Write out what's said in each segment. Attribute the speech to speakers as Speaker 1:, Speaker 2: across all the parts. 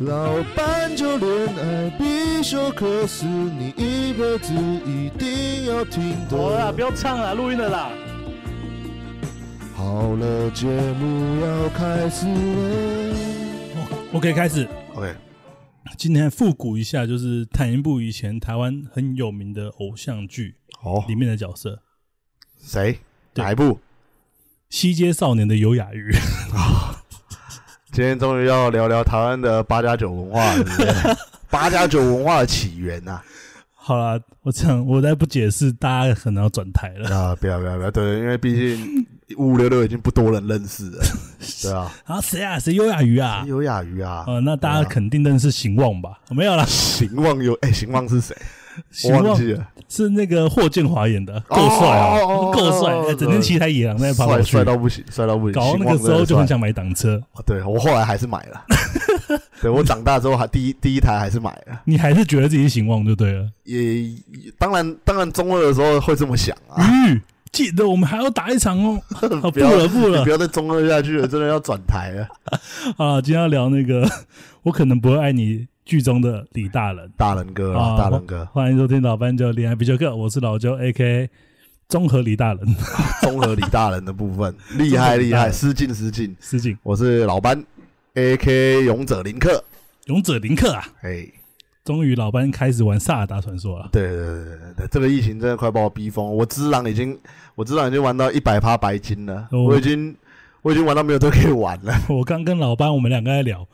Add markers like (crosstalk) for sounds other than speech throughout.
Speaker 1: 老板就恋爱必修课是你一辈子一定要听
Speaker 2: 好了啦，不
Speaker 1: 的。
Speaker 2: 要唱了，录音了啦。
Speaker 1: 好了，节目要开始了。
Speaker 3: OK，开始。
Speaker 1: OK，
Speaker 3: 今天复古一下，就是谈一部以前台湾很有名的偶像剧
Speaker 1: 好
Speaker 3: 里面的角色，《
Speaker 1: 谁？
Speaker 3: 对
Speaker 1: 哪一部？
Speaker 3: 西街少年的优雅鱼》。
Speaker 1: 今天终于要聊聊台湾的八加九文化了，对不
Speaker 3: (laughs)
Speaker 1: 对八加九文化的起源啊呐、
Speaker 3: 好啦，我讲，我再不解释，大家可能要转台了。
Speaker 1: 啊！不要不要不要，对，因为毕竟五五六六已经不多人认识了，对啊。
Speaker 3: 啊，谁啊？谁优雅鱼 (laughs) 啊？
Speaker 1: 有雅鱼啊，
Speaker 3: 呃，那大家肯定认识邢望吧？没有啦，
Speaker 1: 行旺有哎，行旺是谁？
Speaker 3: 邢
Speaker 1: 我忘
Speaker 3: 望
Speaker 1: 记了，
Speaker 3: 是那个霍建华演的，够帅
Speaker 1: 哦哦哦
Speaker 3: 啊，够帅
Speaker 1: 哦哦哦！
Speaker 3: 哎整天骑台野狼在跑跑
Speaker 1: 帅
Speaker 3: 去
Speaker 1: 帅，到不行，帅到不行。
Speaker 3: 搞到那
Speaker 1: 行旺
Speaker 3: 个
Speaker 1: 真
Speaker 3: 时
Speaker 1: 的
Speaker 3: 候就
Speaker 1: 帅
Speaker 3: 很想买一档车。
Speaker 1: 哦对我后来还是买
Speaker 3: (laughs)
Speaker 1: 了，对我长大之后还第一第一台还是买了，
Speaker 3: 你还是觉得自己是邢望就对了。
Speaker 1: 也当然当然中二的时候会这么想啊，
Speaker 3: 鱼，记得我们还要打一场哦。好，不
Speaker 1: 要
Speaker 3: 了不
Speaker 1: 你
Speaker 3: 了
Speaker 1: 不，要再中二下去了，真的要转台了。
Speaker 3: 啊，今天要聊那个我可能不会爱你剧中的李大人。
Speaker 1: 大人哥啊，
Speaker 3: 啊
Speaker 1: 大人哥，
Speaker 3: 欢迎收听老班就恋爱必修课，我是老周 A K 综合李大人
Speaker 1: 综合李大人的部
Speaker 3: (laughs)
Speaker 1: 分厉害厉害，失敬失敬。
Speaker 3: 失敬
Speaker 1: 我是老班，A K 勇者林克，
Speaker 3: 勇者林克啊。
Speaker 1: 哎。
Speaker 3: 终于老班开始玩萨尔达传说了， (laughs)
Speaker 1: 对对对对对对，这个疫情真的快把我逼疯。我只狼已经，我只狼已经玩到一百趴白金了，
Speaker 3: 哦
Speaker 1: 我已经我已经玩到没有都可以玩了。
Speaker 3: 我刚跟老班我们两个在聊，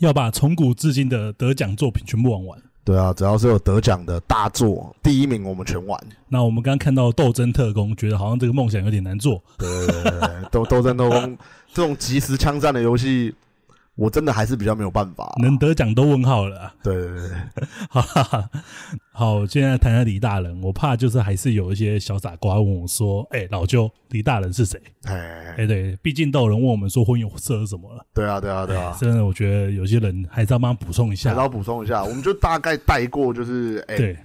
Speaker 3: 要把从古至今的得奖作品全部玩完。
Speaker 1: 对啊，只要是有得奖的大作，第一名我们全玩。
Speaker 3: 那我们刚刚看到《斗争特工》，觉得好像这个梦想有点难做，
Speaker 1: 对对对对对，斗斗争斗攻这种即时枪战的游戏，我真的还是比较没有办法、
Speaker 3: 能得奖都问号了啊、
Speaker 1: 对对对对，
Speaker 3: 好哈哈，好，现在谈谈李大人，我怕就是还是有一些小傻瓜问我说：“哎、老舅，李大人是谁？”
Speaker 1: 哎
Speaker 3: 哎、，对，毕竟都有人问我们说婚友社是什么了。
Speaker 1: 对啊对啊对啊。
Speaker 3: 真的，我觉得有些人还是要帮他补充一
Speaker 1: 还
Speaker 3: 下
Speaker 1: 是。要补充一下，我们就大概带过，就是哎、
Speaker 3: 对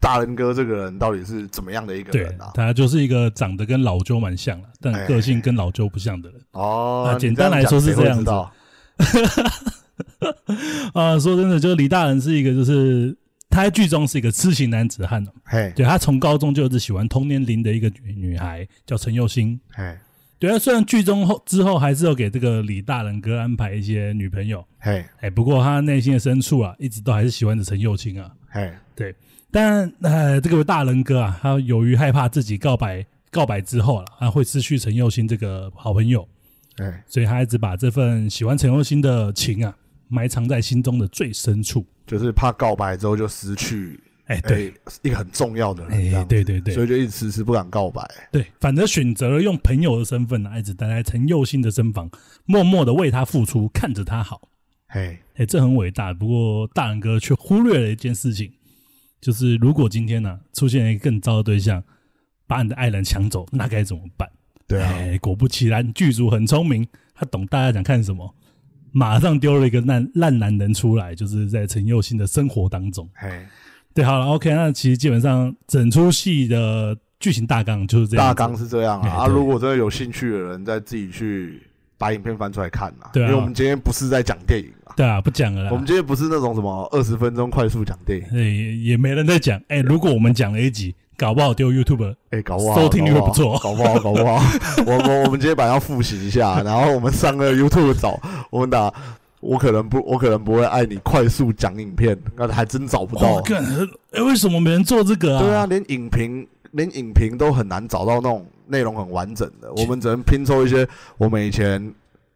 Speaker 1: 大人哥这个人到底是怎么样的一个
Speaker 3: 对
Speaker 1: 人啊，？哎
Speaker 3: 他就是一个长得跟老舅蛮像了，但个性跟老舅不像的人。
Speaker 1: 哦
Speaker 3: 啊，
Speaker 1: 你
Speaker 3: 简
Speaker 1: 这样
Speaker 3: 单来
Speaker 1: 讲
Speaker 3: 说是
Speaker 1: 谁会
Speaker 3: 这样
Speaker 1: 知
Speaker 3: 子
Speaker 1: 道
Speaker 3: 啊、说真的，就是李大人是一个，就是他在剧中是一个痴情男子汉哦。
Speaker 1: 嘿，
Speaker 3: 对他从高中就一直喜欢同年龄的一个女女孩，叫陈佑欣。
Speaker 1: 嘿，
Speaker 3: 对啊，虽然剧中后之后还是有给这个李大人哥安排一些女朋友，
Speaker 1: 嘿，
Speaker 3: 哎，不过他内心的深处啊，一直都还是喜欢着陈幼卿啊。
Speaker 1: 嘿，
Speaker 3: 对，但呃，这个大人哥啊，他由于害怕自己告白告白之后了，啊他会失去陈幼卿这个好朋友，
Speaker 1: 哎，
Speaker 3: 所以他一直把这份喜欢陈幼卿的情啊，埋藏在心中的最深处。
Speaker 1: 就是怕告白之后就失去，
Speaker 3: 哎，
Speaker 1: 哎、
Speaker 3: 对，
Speaker 1: 一个很重要的人，这
Speaker 3: 哎
Speaker 1: 样，子
Speaker 3: 对对对，
Speaker 1: 所以就一直迟迟不敢告白。
Speaker 3: 对，反而选择了用朋友的身份啊，一直待在陈幼卿的身旁，默默的为他付出，看着他好。
Speaker 1: 嘿，
Speaker 3: 哎、这很伟大。不过大人哥却忽略了一件事情，就是如果今天呢、出现了一个更糟的对象，把你的爱人抢走，那该怎么办？
Speaker 1: 对啊，
Speaker 3: 哎果不其然，剧组很聪明，他懂大家想看什么，马上丢了一个烂烂男人出来，就是在陈佑新的生活当中。
Speaker 1: 嘿，
Speaker 3: 对，好了，OK，那其实基本上整出戏的剧情大纲就是这样
Speaker 1: 大
Speaker 3: 子。
Speaker 1: 纲是这样啊。
Speaker 3: 哎
Speaker 1: 啊，
Speaker 3: 对
Speaker 1: 如果真的有兴趣的人，再自己去把影片翻出来看啊。
Speaker 3: 对啊
Speaker 1: 因为我们今天不是在讲电影啊，
Speaker 3: 对啊，不讲了啦。
Speaker 1: 我们今天不是那种什么二十分钟快速讲电影，
Speaker 3: 哎也也没人在讲。哎、如果我们讲了一集，搞不好丢 YouTube
Speaker 1: 哎，搞不好
Speaker 3: 收听率会不错
Speaker 1: 搞不好，搞不
Speaker 3: (laughs)
Speaker 1: 好，搞不好我我我们今天晚上要复习一下，然后我们上个 YouTube 找我们打。我可能不，我可能不会爱你。快速讲影片，那还真找不到。
Speaker 3: 哦，干，哎、为什么没人做这个啊？
Speaker 1: 对啊，，连影评连影评都很难找到那种内容很完整的，我们只能拼凑一些我们以前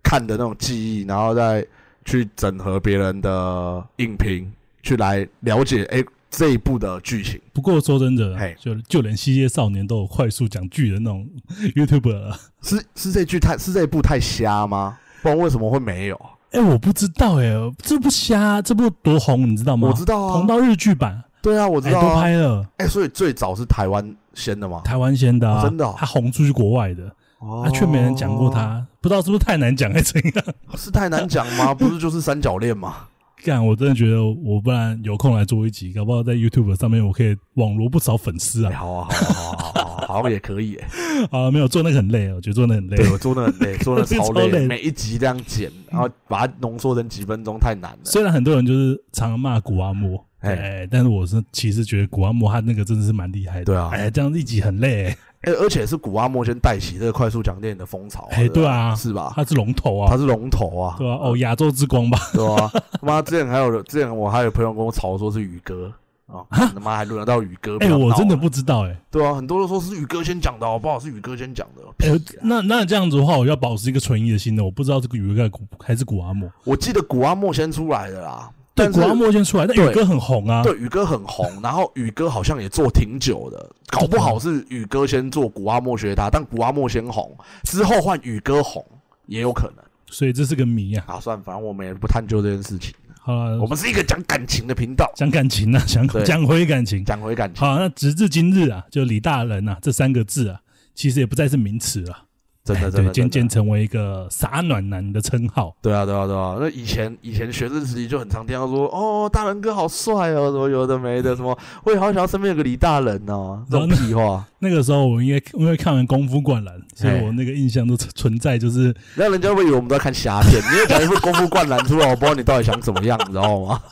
Speaker 1: 看的那种记忆，然后再去整合别人的影评，去来了解哎、这一部的剧情。
Speaker 3: 不过说真的
Speaker 1: 嘿，
Speaker 3: 就就连西街少年都有快速讲剧的那种 (laughs) YouTuber 了。
Speaker 1: 是是这剧太是这一部太瞎吗？不然为什么会没有？
Speaker 3: 哎、我不知道哎、这部瞎，这部多红，你知道吗？
Speaker 1: 我知道啊
Speaker 3: 红，到日剧版，
Speaker 1: 对啊，我
Speaker 3: 哎、
Speaker 1: 知道
Speaker 3: 都
Speaker 1: 啊。
Speaker 3: 拍了，
Speaker 1: 哎、所以最早是台湾先的嘛？
Speaker 3: 台湾先的、啊
Speaker 1: 哦真的哦
Speaker 3: 他红出去国外的，
Speaker 1: 哦
Speaker 3: 啊，却没人讲过，他，不知道是不是太难讲还是怎样。 (laughs)
Speaker 1: 是太难讲吗？不是就是三角恋嘛？
Speaker 3: 干，我真的觉得，我不然有空来做一集，搞不好在 YouTube 上面我可以网罗不少粉丝
Speaker 1: 哎 (laughs)
Speaker 3: 啊。
Speaker 1: 好啊，好啊，好啊，好啊好啊好像也可以、欸。
Speaker 3: 啊，没有做那个很累，我觉得做那个很累。
Speaker 1: 对我做那很累，
Speaker 3: (laughs)
Speaker 1: 做那超
Speaker 3: 超累
Speaker 1: 累，每一集这样剪，然后把它浓缩成几分钟，太难了。
Speaker 3: 虽然很多人就是常骂古阿莫，
Speaker 1: 哎
Speaker 3: 哎，但是我是其实觉得古阿莫他那个真的是蛮厉害的。
Speaker 1: 对啊
Speaker 3: 哎，这样一集很累，哎
Speaker 1: 哎、而且是古阿莫先带起这个快速讲电影的风潮、啊，
Speaker 3: 哎，对啊，
Speaker 1: 是吧？
Speaker 3: 他是龙头啊
Speaker 1: 他，是龙头啊，
Speaker 3: 对啊，哦，亚洲之光吧，
Speaker 1: 对啊，他妈之前还有之前我还有朋友跟我吵说是宇哥啊，他妈还轮得到宇哥？
Speaker 3: 哎，
Speaker 1: 要
Speaker 3: 我
Speaker 1: 闹啊
Speaker 3: 真的
Speaker 1: 了
Speaker 3: 不知道，哎，
Speaker 1: 对啊，很多都说是宇哥先讲的，好不好？是宇哥先讲的。
Speaker 3: 哎
Speaker 1: 屁，啊
Speaker 3: 那那这样子的话，我要保持一个存疑的心呢，我不知道这个宇哥古还是古阿莫。
Speaker 1: 我记得古阿莫先出来的啦，
Speaker 3: 对，
Speaker 1: 但是
Speaker 3: 古阿莫先出来，但
Speaker 1: 对
Speaker 3: 宇哥很红啊。
Speaker 1: 对宇哥很红，然后宇哥好像也做挺久的，搞不好是宇哥先做，古阿莫学他，但古阿莫先红，之后换宇哥红也有可能
Speaker 3: 所以这是个谜啊。
Speaker 1: 啊。算了，反正我们也不探究这件事情，
Speaker 3: 好了
Speaker 1: 我，们是一个讲感情的频道，
Speaker 3: 讲感情啊， (laughs) 讲
Speaker 1: 对
Speaker 3: 讲回感情。
Speaker 1: 讲回感情，
Speaker 3: 好，那直至今日啊，就李大人啊这三个字啊，其实也不再是名词了，
Speaker 1: 真的
Speaker 3: 哎
Speaker 1: 真
Speaker 3: 对，
Speaker 1: 的真
Speaker 3: 渐
Speaker 1: 的
Speaker 3: 渐成为一个傻暖男的称号。
Speaker 1: 对啊，对啊，对啊。那以前以前学生时期就很常听到说，哦，大人哥好帅哦，什么有的没的，什么我也好想要身边有个李大人哦，这种
Speaker 3: 然
Speaker 1: 屁话，
Speaker 3: 那个时候我应该因为看完《功夫灌篮》，所以
Speaker 1: 哎
Speaker 3: 我那个印象都存存在，就是
Speaker 1: 让人家会以为我们都在看瞎
Speaker 3: (laughs)
Speaker 1: 片。你又讲一副功夫灌篮出来，我不知道你到底想怎么样，你知道吗？ (laughs)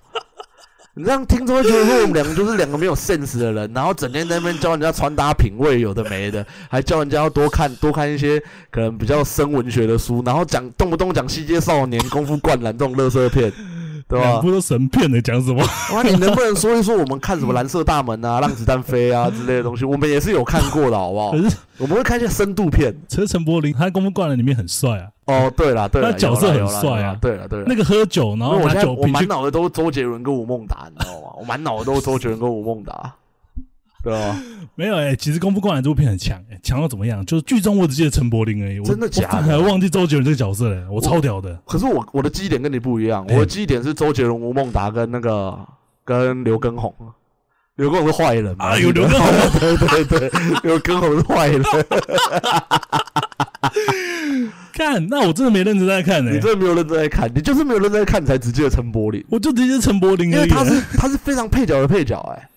Speaker 1: 你这样听众会觉得说我们两个就是两个没有 sense 的人，然后整天在那边教人家穿搭品味，有的没的， (laughs) 还教人家要多看多看一些可能比较深文学的书，然后讲动不动讲《西街少年》《功夫灌篮》这种乐色片，对啊吧？
Speaker 3: 两部都神片的，讲什么？ (laughs)
Speaker 1: 哇，你能不能说一说我们看什么《蓝色大门》啊、《让子弹飞》啊之类的东西？我们也是有看过的，好不好
Speaker 3: 可？是
Speaker 1: 我们会看一些深度片。
Speaker 3: 其实陈柏霖他在《功夫灌篮》里面很帅啊，
Speaker 1: 哦，对啦，对啦，
Speaker 3: 那角色
Speaker 1: 有啦
Speaker 3: 很帅啊
Speaker 1: 有啦对啦，对啦。
Speaker 3: 哦那个喝酒
Speaker 1: 因
Speaker 3: 然
Speaker 1: 为
Speaker 3: 后
Speaker 1: 我
Speaker 3: 拿
Speaker 1: 现在
Speaker 3: 酒
Speaker 1: 我
Speaker 3: 瓶
Speaker 1: 满
Speaker 3: 去，
Speaker 1: 脑的都是周杰伦跟吴孟达，你知道吗？我满脑的都是周杰伦跟吴孟达，对啊吧？
Speaker 3: 没有哎、其实《功夫灌篮》这部片很强哎、强到怎么 (laughs) 样？就是剧中我只记得陈柏霖而已，我
Speaker 1: 真的假的
Speaker 3: 我反而忘记周杰伦这个角色了、我超屌的。
Speaker 1: 可是我我的记忆点跟你不一样，
Speaker 3: 哎
Speaker 1: 我的记忆点是周杰伦、吴孟达跟那个跟刘畊宏。啊刘畊宏是坏人嘛？
Speaker 3: 啊有刘畊
Speaker 1: 宏， (laughs) 对对对，刘畊宏是坏人。
Speaker 3: 看，那我真的没认真在看哎、
Speaker 1: 你真的没有认真在看，你就是没有认真在看，你才直接陈柏霖。
Speaker 3: 我就直接陈柏霖
Speaker 1: 因
Speaker 3: 而
Speaker 1: 为
Speaker 3: 已、哎
Speaker 1: 他是他是非常配角的配角哎、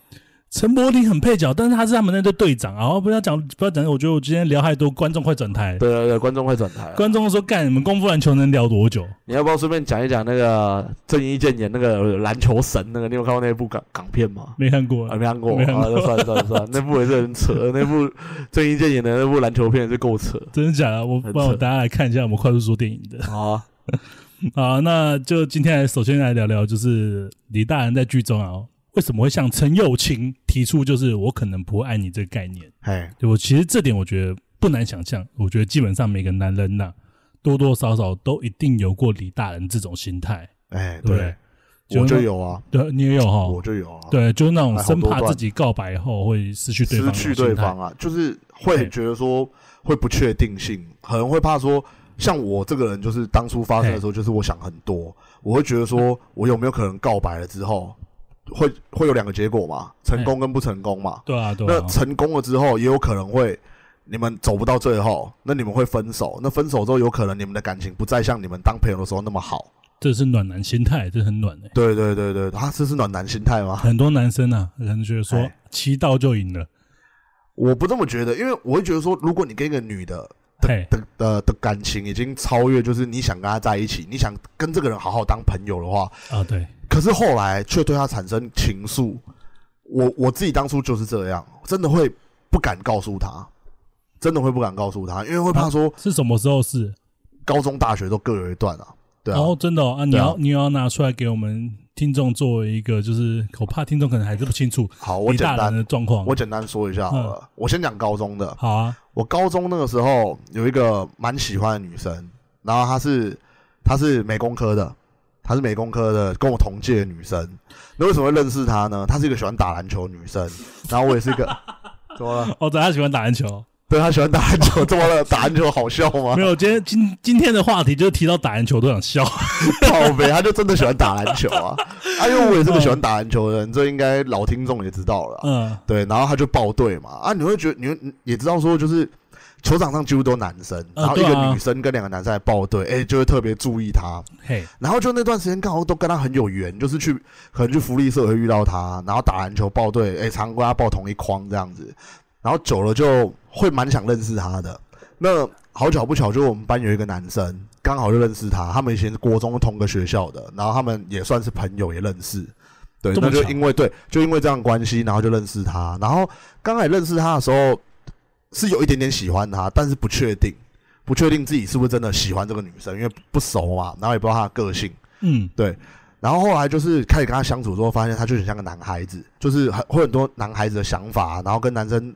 Speaker 3: 陈柏霖很配角，但是他是他们那队队长啊。然后不要讲，不要讲，我觉得我今天聊太多，观众快转台。
Speaker 1: 对对对，观众快转台了。
Speaker 3: 观众说：“干，你们功夫篮球能聊多久
Speaker 1: 你要不要顺便讲一讲那个郑伊健演那个篮球神那个？你有看过那部港港片吗？”？
Speaker 3: 没看过
Speaker 1: 啊，，没看过
Speaker 3: 没看
Speaker 1: 啊，
Speaker 3: 过
Speaker 1: 那算了算了算了，那部也是很
Speaker 3: (laughs)
Speaker 1: 扯，那部郑伊健演的那部篮球片也是够扯
Speaker 3: 真的假的？我
Speaker 1: 很扯
Speaker 3: 帮我大家来看一下我们快速说电影的。 (laughs)
Speaker 1: 啊。
Speaker 3: 好，那就今天来首先来聊聊，就是李大人在剧中啊，为什么会向陈幼卿提出就是我可能不会爱你这个概念？
Speaker 1: 哎，
Speaker 3: 对我其实这点我觉得不难想象，我觉得基本上每个男人呐、多多少少都一定有过李大人这种心态，
Speaker 1: 哎，
Speaker 3: 对不对
Speaker 1: 对，？我就有啊，
Speaker 3: 对，你也有
Speaker 1: 我
Speaker 3: 哈，
Speaker 1: 就有啊，
Speaker 3: 对，就是那种生
Speaker 1: 哎好
Speaker 3: 怕
Speaker 1: 多段
Speaker 3: 自己告白后会失去对
Speaker 1: 失
Speaker 3: 方，
Speaker 1: 去对方，啊，就是会
Speaker 3: 对
Speaker 1: 觉得说会不确定性，可能会怕说，像我这个人，就是当初发生的时候，就是我想很多，我会觉得说我有没有可能告白了之后，会会有两个结果嘛，成功跟不成功嘛。
Speaker 3: 对啊，对
Speaker 1: 那
Speaker 3: 啊，
Speaker 1: 成功了之后，也有可能会你们走不到最后，那你们会分手。那分手之后，有可能你们的感情不再像你们当朋友的时候那么好。
Speaker 3: 这是暖男心态，这很暖的、
Speaker 1: 对对对对，他、这是暖男心态吗？
Speaker 3: 很多男生啊，可能觉得说
Speaker 1: 哎
Speaker 3: 七到就赢了，
Speaker 1: 我不这么觉得，因为我会觉得说，如果你跟一个女的
Speaker 3: 嘿，
Speaker 1: 的的的感情已经超越，就是你想跟他在一起，你想跟这个人好好当朋友的话，
Speaker 3: 啊，对，
Speaker 1: 可是后来却对他产生情愫。我我自己当初就是这样，真的会不敢告诉他，真的会不敢告诉他，因为会怕说
Speaker 3: 是什么时候是？
Speaker 1: 高中、大学都各有一段啊，对啊
Speaker 3: 然，后真的哦啊，你
Speaker 1: 对啊
Speaker 3: 要你要拿出来给我们听众作为一个，就是我怕听众可能还是不清楚
Speaker 1: 好，我
Speaker 3: 李
Speaker 1: 简
Speaker 3: 大嗯人
Speaker 1: 单
Speaker 3: 的状况。
Speaker 1: 我简单说一下好了，我先讲高中的，
Speaker 3: 好啊，
Speaker 1: 我高中那个时候有一个蛮喜欢的女生，然后她是她是美工科的，她是美工科的，跟我同届的女生。那为什么会认识她呢？她是一个喜欢打篮球的女生，然后我也是一个，怎么了？
Speaker 3: 哦，大家喜欢打篮球，
Speaker 1: 对她喜欢打篮球，怎么了？打篮球好笑吗
Speaker 3: (laughs) 没？有？今天今今天的话题就是提到打篮球都想笑，
Speaker 1: 啊靠呗，她就真的喜欢打篮球啊！啊，因为我也是个喜欢打篮球的人，这应该老听众也知道了啊。
Speaker 3: 嗯，
Speaker 1: 对，然后他就报队嘛，啊，你会觉得你会你也知道说，就是球场上几乎都男生，
Speaker 3: 啊
Speaker 1: 然后一
Speaker 3: 对啊
Speaker 1: 个女生跟两个男生来报队，哎、就会特别注意他。
Speaker 3: 嘿，
Speaker 1: 然后就那段时间刚好都跟他很有缘，就是去可能去福利社会遇到他，然后打篮球报队，哎、常跟他报同一框这样子。然后久了就会蛮想认识他的。那好巧不巧，就我们班有一个男生，刚好就认识他，他们以前国中同个学校的，然后他们也算是朋友，也认识。对，
Speaker 3: 这么
Speaker 1: 那就
Speaker 3: 巧
Speaker 1: 因为对，就因为这样的关系，然后就认识他。然后刚开始认识他的时候，是有一点点喜欢他，但是不确定，不确定自己是不是真的喜欢这个女生，因为不熟嘛，然后也不知道她的个性。
Speaker 3: 嗯，
Speaker 1: 然后后来就是开始跟他相处之后，发现他就很像个男孩子，就是很会很多男孩子的想法，啊然后跟男生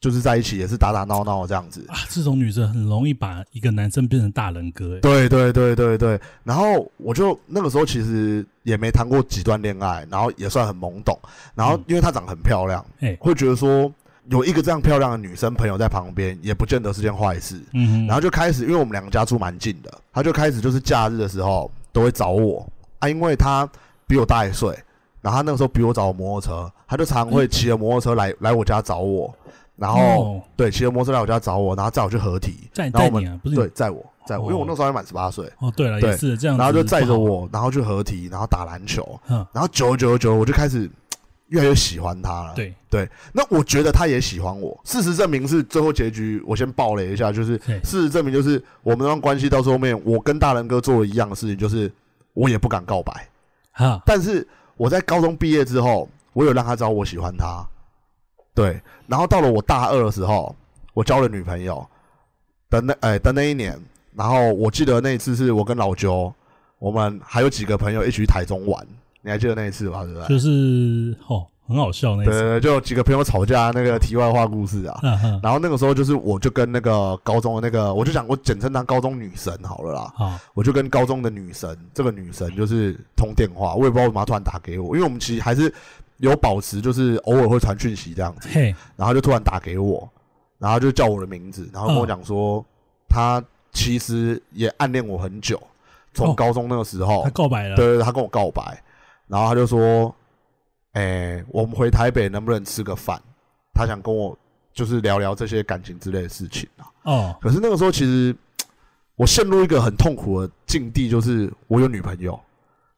Speaker 1: 就是在一起也是打打闹闹这样子。
Speaker 3: 啊，这种女生很容易把一个男生变成大人哥、欸，
Speaker 1: 对对对对对，然后我就那个时候其实也没谈过几段恋爱，然后也算很懵懂。然后
Speaker 3: 嗯
Speaker 1: 因为她长得很漂亮，
Speaker 3: 哎
Speaker 1: 会觉得说有一个这样漂亮的女生朋友在旁边，也不见得是件坏事。
Speaker 3: 嗯哼，
Speaker 1: 然后就开始，因为我们两个家住蛮近的，他就开始就是假日的时候都会找我啊，因为他比我大一岁，然后他那个时候比我早有摩托车，他就常会骑着摩托车来来我家找我，然后、
Speaker 3: 哦
Speaker 1: 对骑着摩托车来我家找我，然后载我去合体，
Speaker 3: 载
Speaker 1: 然后
Speaker 3: 载
Speaker 1: 我
Speaker 3: 你
Speaker 1: 们
Speaker 3: 啊，不是你
Speaker 1: 对载我载我，因为我那时候还满十八岁，
Speaker 3: 哦，对了，
Speaker 1: 对
Speaker 3: 也是这样子，
Speaker 1: 然后就载着
Speaker 3: 不好，
Speaker 1: 我，然后去合体，然后打篮球，
Speaker 3: 嗯，
Speaker 1: 然后久而久而久而，我就开始越来越喜欢他了。
Speaker 3: 对，
Speaker 1: 对，那我觉得他也喜欢我。事实证明是最后结局，我先爆雷一下，就是
Speaker 3: 对
Speaker 1: 事实证明就是我们那段关系到最后面，我跟大人哥做了一样的事情，就是我也不敢告白。
Speaker 3: 哈，
Speaker 1: 但是我在高中毕业之后，我有让他知道我喜欢他。对，然后到了我大二的时候，我交了女朋友的那哎的那一年，然后我记得那一次是我跟老九，我们还有几个朋友一起去台中玩，你还记得那一次吧？对不对？
Speaker 3: 就是哦，很好笑那一
Speaker 1: 对
Speaker 3: 次，
Speaker 1: 对对，就有几个朋友吵架那个题外话故事啊。
Speaker 3: 啊哈，
Speaker 1: 然后那个时候就是，我就跟那个高中的那个，我就想我简称她高中女神好了啦。
Speaker 3: 好，
Speaker 1: 我就跟高中的女神，这个女神就是通电话，我也不知道为什么她突然打给我，因为我们其实还是有保持，就是偶尔会传讯息这样子。
Speaker 3: 嘿，
Speaker 1: 然后她就突然打给我，然后就叫我的名字，然后跟我讲说，她其实也暗恋我很久，从
Speaker 3: 哦
Speaker 1: 高中那个时候，
Speaker 3: 他告白了，
Speaker 1: 对对对，他跟我告白，然后他就说：“哎、我们回台北能不能吃个饭？”他想跟我就是聊聊这些感情之类的事情啊。
Speaker 3: 哦，
Speaker 1: 可是那个时候，其实我陷入一个很痛苦的境地，就是我有女朋友，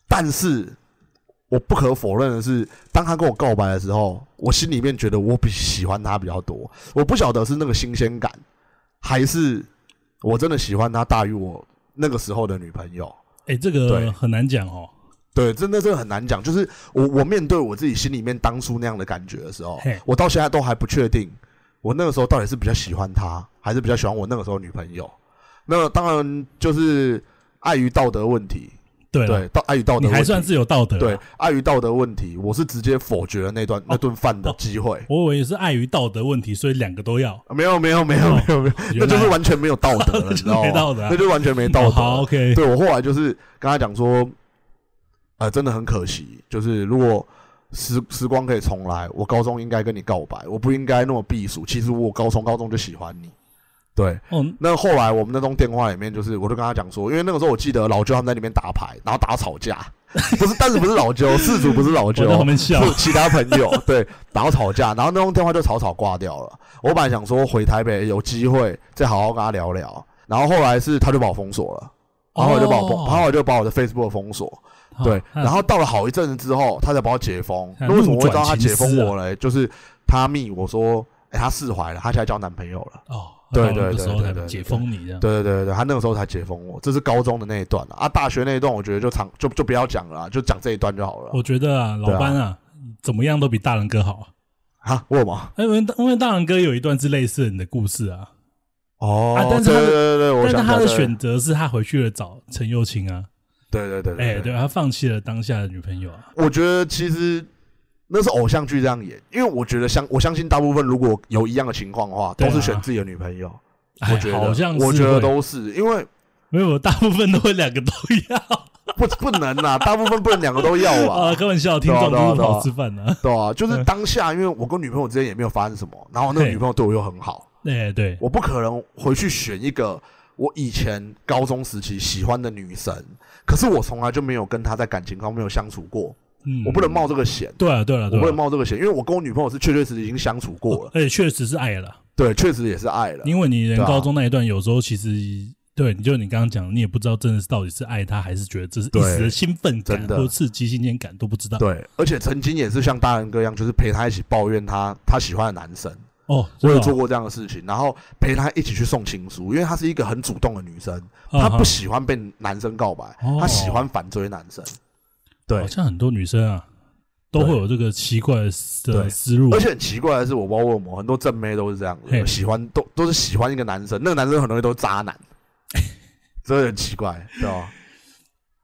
Speaker 1: 但是我不可否认的是，当他跟我告白的时候，我心里面觉得我比喜欢他比较多。我不晓得是那个新鲜感，还是我真的喜欢他大于我那个时候的女朋友。
Speaker 3: 哎，这
Speaker 1: 对
Speaker 3: 个很难讲哦，
Speaker 1: 对，真的是很难讲。就是我我面对我自己心里面当初那样的感觉的时候
Speaker 3: 嘿，
Speaker 1: 我到现在都还不确定，我那个时候到底是比较喜欢他，还是比较喜欢我那个时候女朋友。那当然就是碍于道德问题，
Speaker 3: 对了，
Speaker 1: 对，到碍于道德
Speaker 3: 你
Speaker 1: 问题，
Speaker 3: 还算啊是有道德，
Speaker 1: 对，，碍于道德问题，我是直接否决了那
Speaker 3: 哦
Speaker 1: 段那顿饭的机会。
Speaker 3: 我以为是碍于道德问题，所以两个都要，
Speaker 1: 啊没有没有没有
Speaker 3: 哦
Speaker 1: 没有没有，那
Speaker 3: 原
Speaker 1: 就是
Speaker 3: 来
Speaker 1: 完全没有道
Speaker 3: (laughs)
Speaker 1: 德了，你
Speaker 3: 那就
Speaker 1: 知道
Speaker 3: 没道
Speaker 1: 吗？
Speaker 3: 德啊
Speaker 1: 那就完全没道
Speaker 3: 哦
Speaker 1: 德
Speaker 3: 好。，OK，
Speaker 1: 对我后来就是跟他讲说，呃，真的很可惜，就是如果时时光可以重来，我高中应该跟你告白，我不应该那么避暑。其实我高从高中就喜欢你。对，
Speaker 3: 哦，
Speaker 1: 那后来我们那通电话里面，就是我就跟他讲说，因为那个时候我记得老舅他们在里面打牌，然后打吵架，
Speaker 3: (laughs)
Speaker 1: 不是，但是不是老舅，事主不是老
Speaker 3: 我在
Speaker 1: 舅
Speaker 3: 旁，边笑，
Speaker 1: 是其他朋友，对，然后吵架，然后那通电话就草草挂掉了。我本来想说回台北有机会再好好跟他聊聊，然后后来是他就把我封锁了。然后我就把我封，然后我就把我的 Facebook 封锁。
Speaker 3: 哦
Speaker 1: 对，
Speaker 3: 那
Speaker 1: 然后到了好一阵子之后，他才把我解封。
Speaker 3: 啊
Speaker 1: 那为什么我会
Speaker 3: 怒转
Speaker 1: 知道他
Speaker 3: 情
Speaker 1: 解封
Speaker 3: 丝啊
Speaker 1: 我嘞？就是他密我说，哎，他释怀了，他现在交男朋友了。
Speaker 3: 哦，
Speaker 1: 对
Speaker 3: 到了那
Speaker 1: 对
Speaker 3: 个
Speaker 1: 对
Speaker 3: 时候
Speaker 1: 对
Speaker 3: 才
Speaker 1: 对
Speaker 3: 解
Speaker 1: 对
Speaker 3: 封你这样，
Speaker 1: 对对对对对，他那个时候才解封我，这是高中的那一段啊。啊，大学那一段我觉得就长就就不要讲了啊，就讲这一段就好了
Speaker 3: 我。觉得啊，
Speaker 1: 对
Speaker 3: 老
Speaker 1: 啊
Speaker 3: 班啊，怎么样都比大人哥好啊。
Speaker 1: 啊，我有吗？
Speaker 3: 哎，因为因为大人哥有一段是类似你的故事啊，
Speaker 1: 哦
Speaker 3: 啊，但是
Speaker 1: 对
Speaker 3: 他
Speaker 1: 对
Speaker 3: 的
Speaker 1: 对对，我
Speaker 3: 但是
Speaker 1: 想
Speaker 3: 他
Speaker 1: 起
Speaker 3: 的
Speaker 1: 来对
Speaker 3: 选择是他回去了找陈幼卿啊，
Speaker 1: 对对对
Speaker 3: 哎，
Speaker 1: 对
Speaker 3: 对，他放弃了当下的女朋友啊，
Speaker 1: 我觉得其实那是偶像剧这样演，因为我觉得相我相信大部分如果有一样的情况的话，
Speaker 3: 对
Speaker 1: 都
Speaker 3: 啊
Speaker 1: 是选自己的女朋友。
Speaker 3: 哎
Speaker 1: 我觉得
Speaker 3: 好像是
Speaker 1: 我觉得
Speaker 3: 会
Speaker 1: 都是因为
Speaker 3: 没有，大部分都会两个都要
Speaker 1: 不 (laughs) 不能啦，大部分不能两个都
Speaker 3: (laughs)
Speaker 1: 要
Speaker 3: 啊，
Speaker 1: 吧，
Speaker 3: 开玩笑，听
Speaker 1: 对啊
Speaker 3: 众
Speaker 1: 对啊
Speaker 3: 都是
Speaker 1: 对啊
Speaker 3: 好吃饭啊， (laughs)
Speaker 1: 对啊，就是
Speaker 3: 嗯
Speaker 1: 当下，因为我跟女朋友之间也没有发生什么，然后那个
Speaker 3: 嘿
Speaker 1: 女朋友对我又很好，
Speaker 3: 哎，对，
Speaker 1: 我不可能回去选一个我以前高中时期喜欢的女神，可是我从来就没有跟她在感情方面有相处过，
Speaker 3: 嗯，
Speaker 1: 我不能冒这个险，
Speaker 3: 对啊，对啊，
Speaker 1: 我
Speaker 3: 对啊，
Speaker 1: 不能冒这个险，因为我跟我女朋友是确确实实已经相处过了，
Speaker 3: 而且确实是爱了，
Speaker 1: 对，确实也是爱了，
Speaker 3: 因为你人
Speaker 1: 对啊
Speaker 3: 高中那一段，有时候其实对，你就你刚刚讲，你也不知道真的是到底是爱他，还是觉得这是一时
Speaker 1: 对
Speaker 3: 的兴奋感
Speaker 1: 真的
Speaker 3: 或刺激新鲜感都不知道。
Speaker 1: 对，而且曾经也是像大人哥一样，就是陪她一起抱怨她她喜欢的男生。
Speaker 3: 哦，
Speaker 1: 我
Speaker 3: 真
Speaker 1: 有
Speaker 3: 的哦
Speaker 1: 做，过这样的事情，然后陪她一起去送情书，因为她是一个很主动的女生，
Speaker 3: 啊
Speaker 1: 她
Speaker 3: 哈
Speaker 1: 不喜欢被男生告白，
Speaker 3: 哦
Speaker 1: 她喜欢反追男生。对
Speaker 3: 好，像很多女生啊都会有这个奇怪的
Speaker 1: 对
Speaker 3: 思路，
Speaker 1: 而且很奇怪的是，我包括我们很多正妹都是这样
Speaker 3: 嘿
Speaker 1: 子，喜欢都都是喜欢一个男生，那个男生很容易都是渣
Speaker 3: (laughs)
Speaker 1: 男，所以很奇怪，对吧？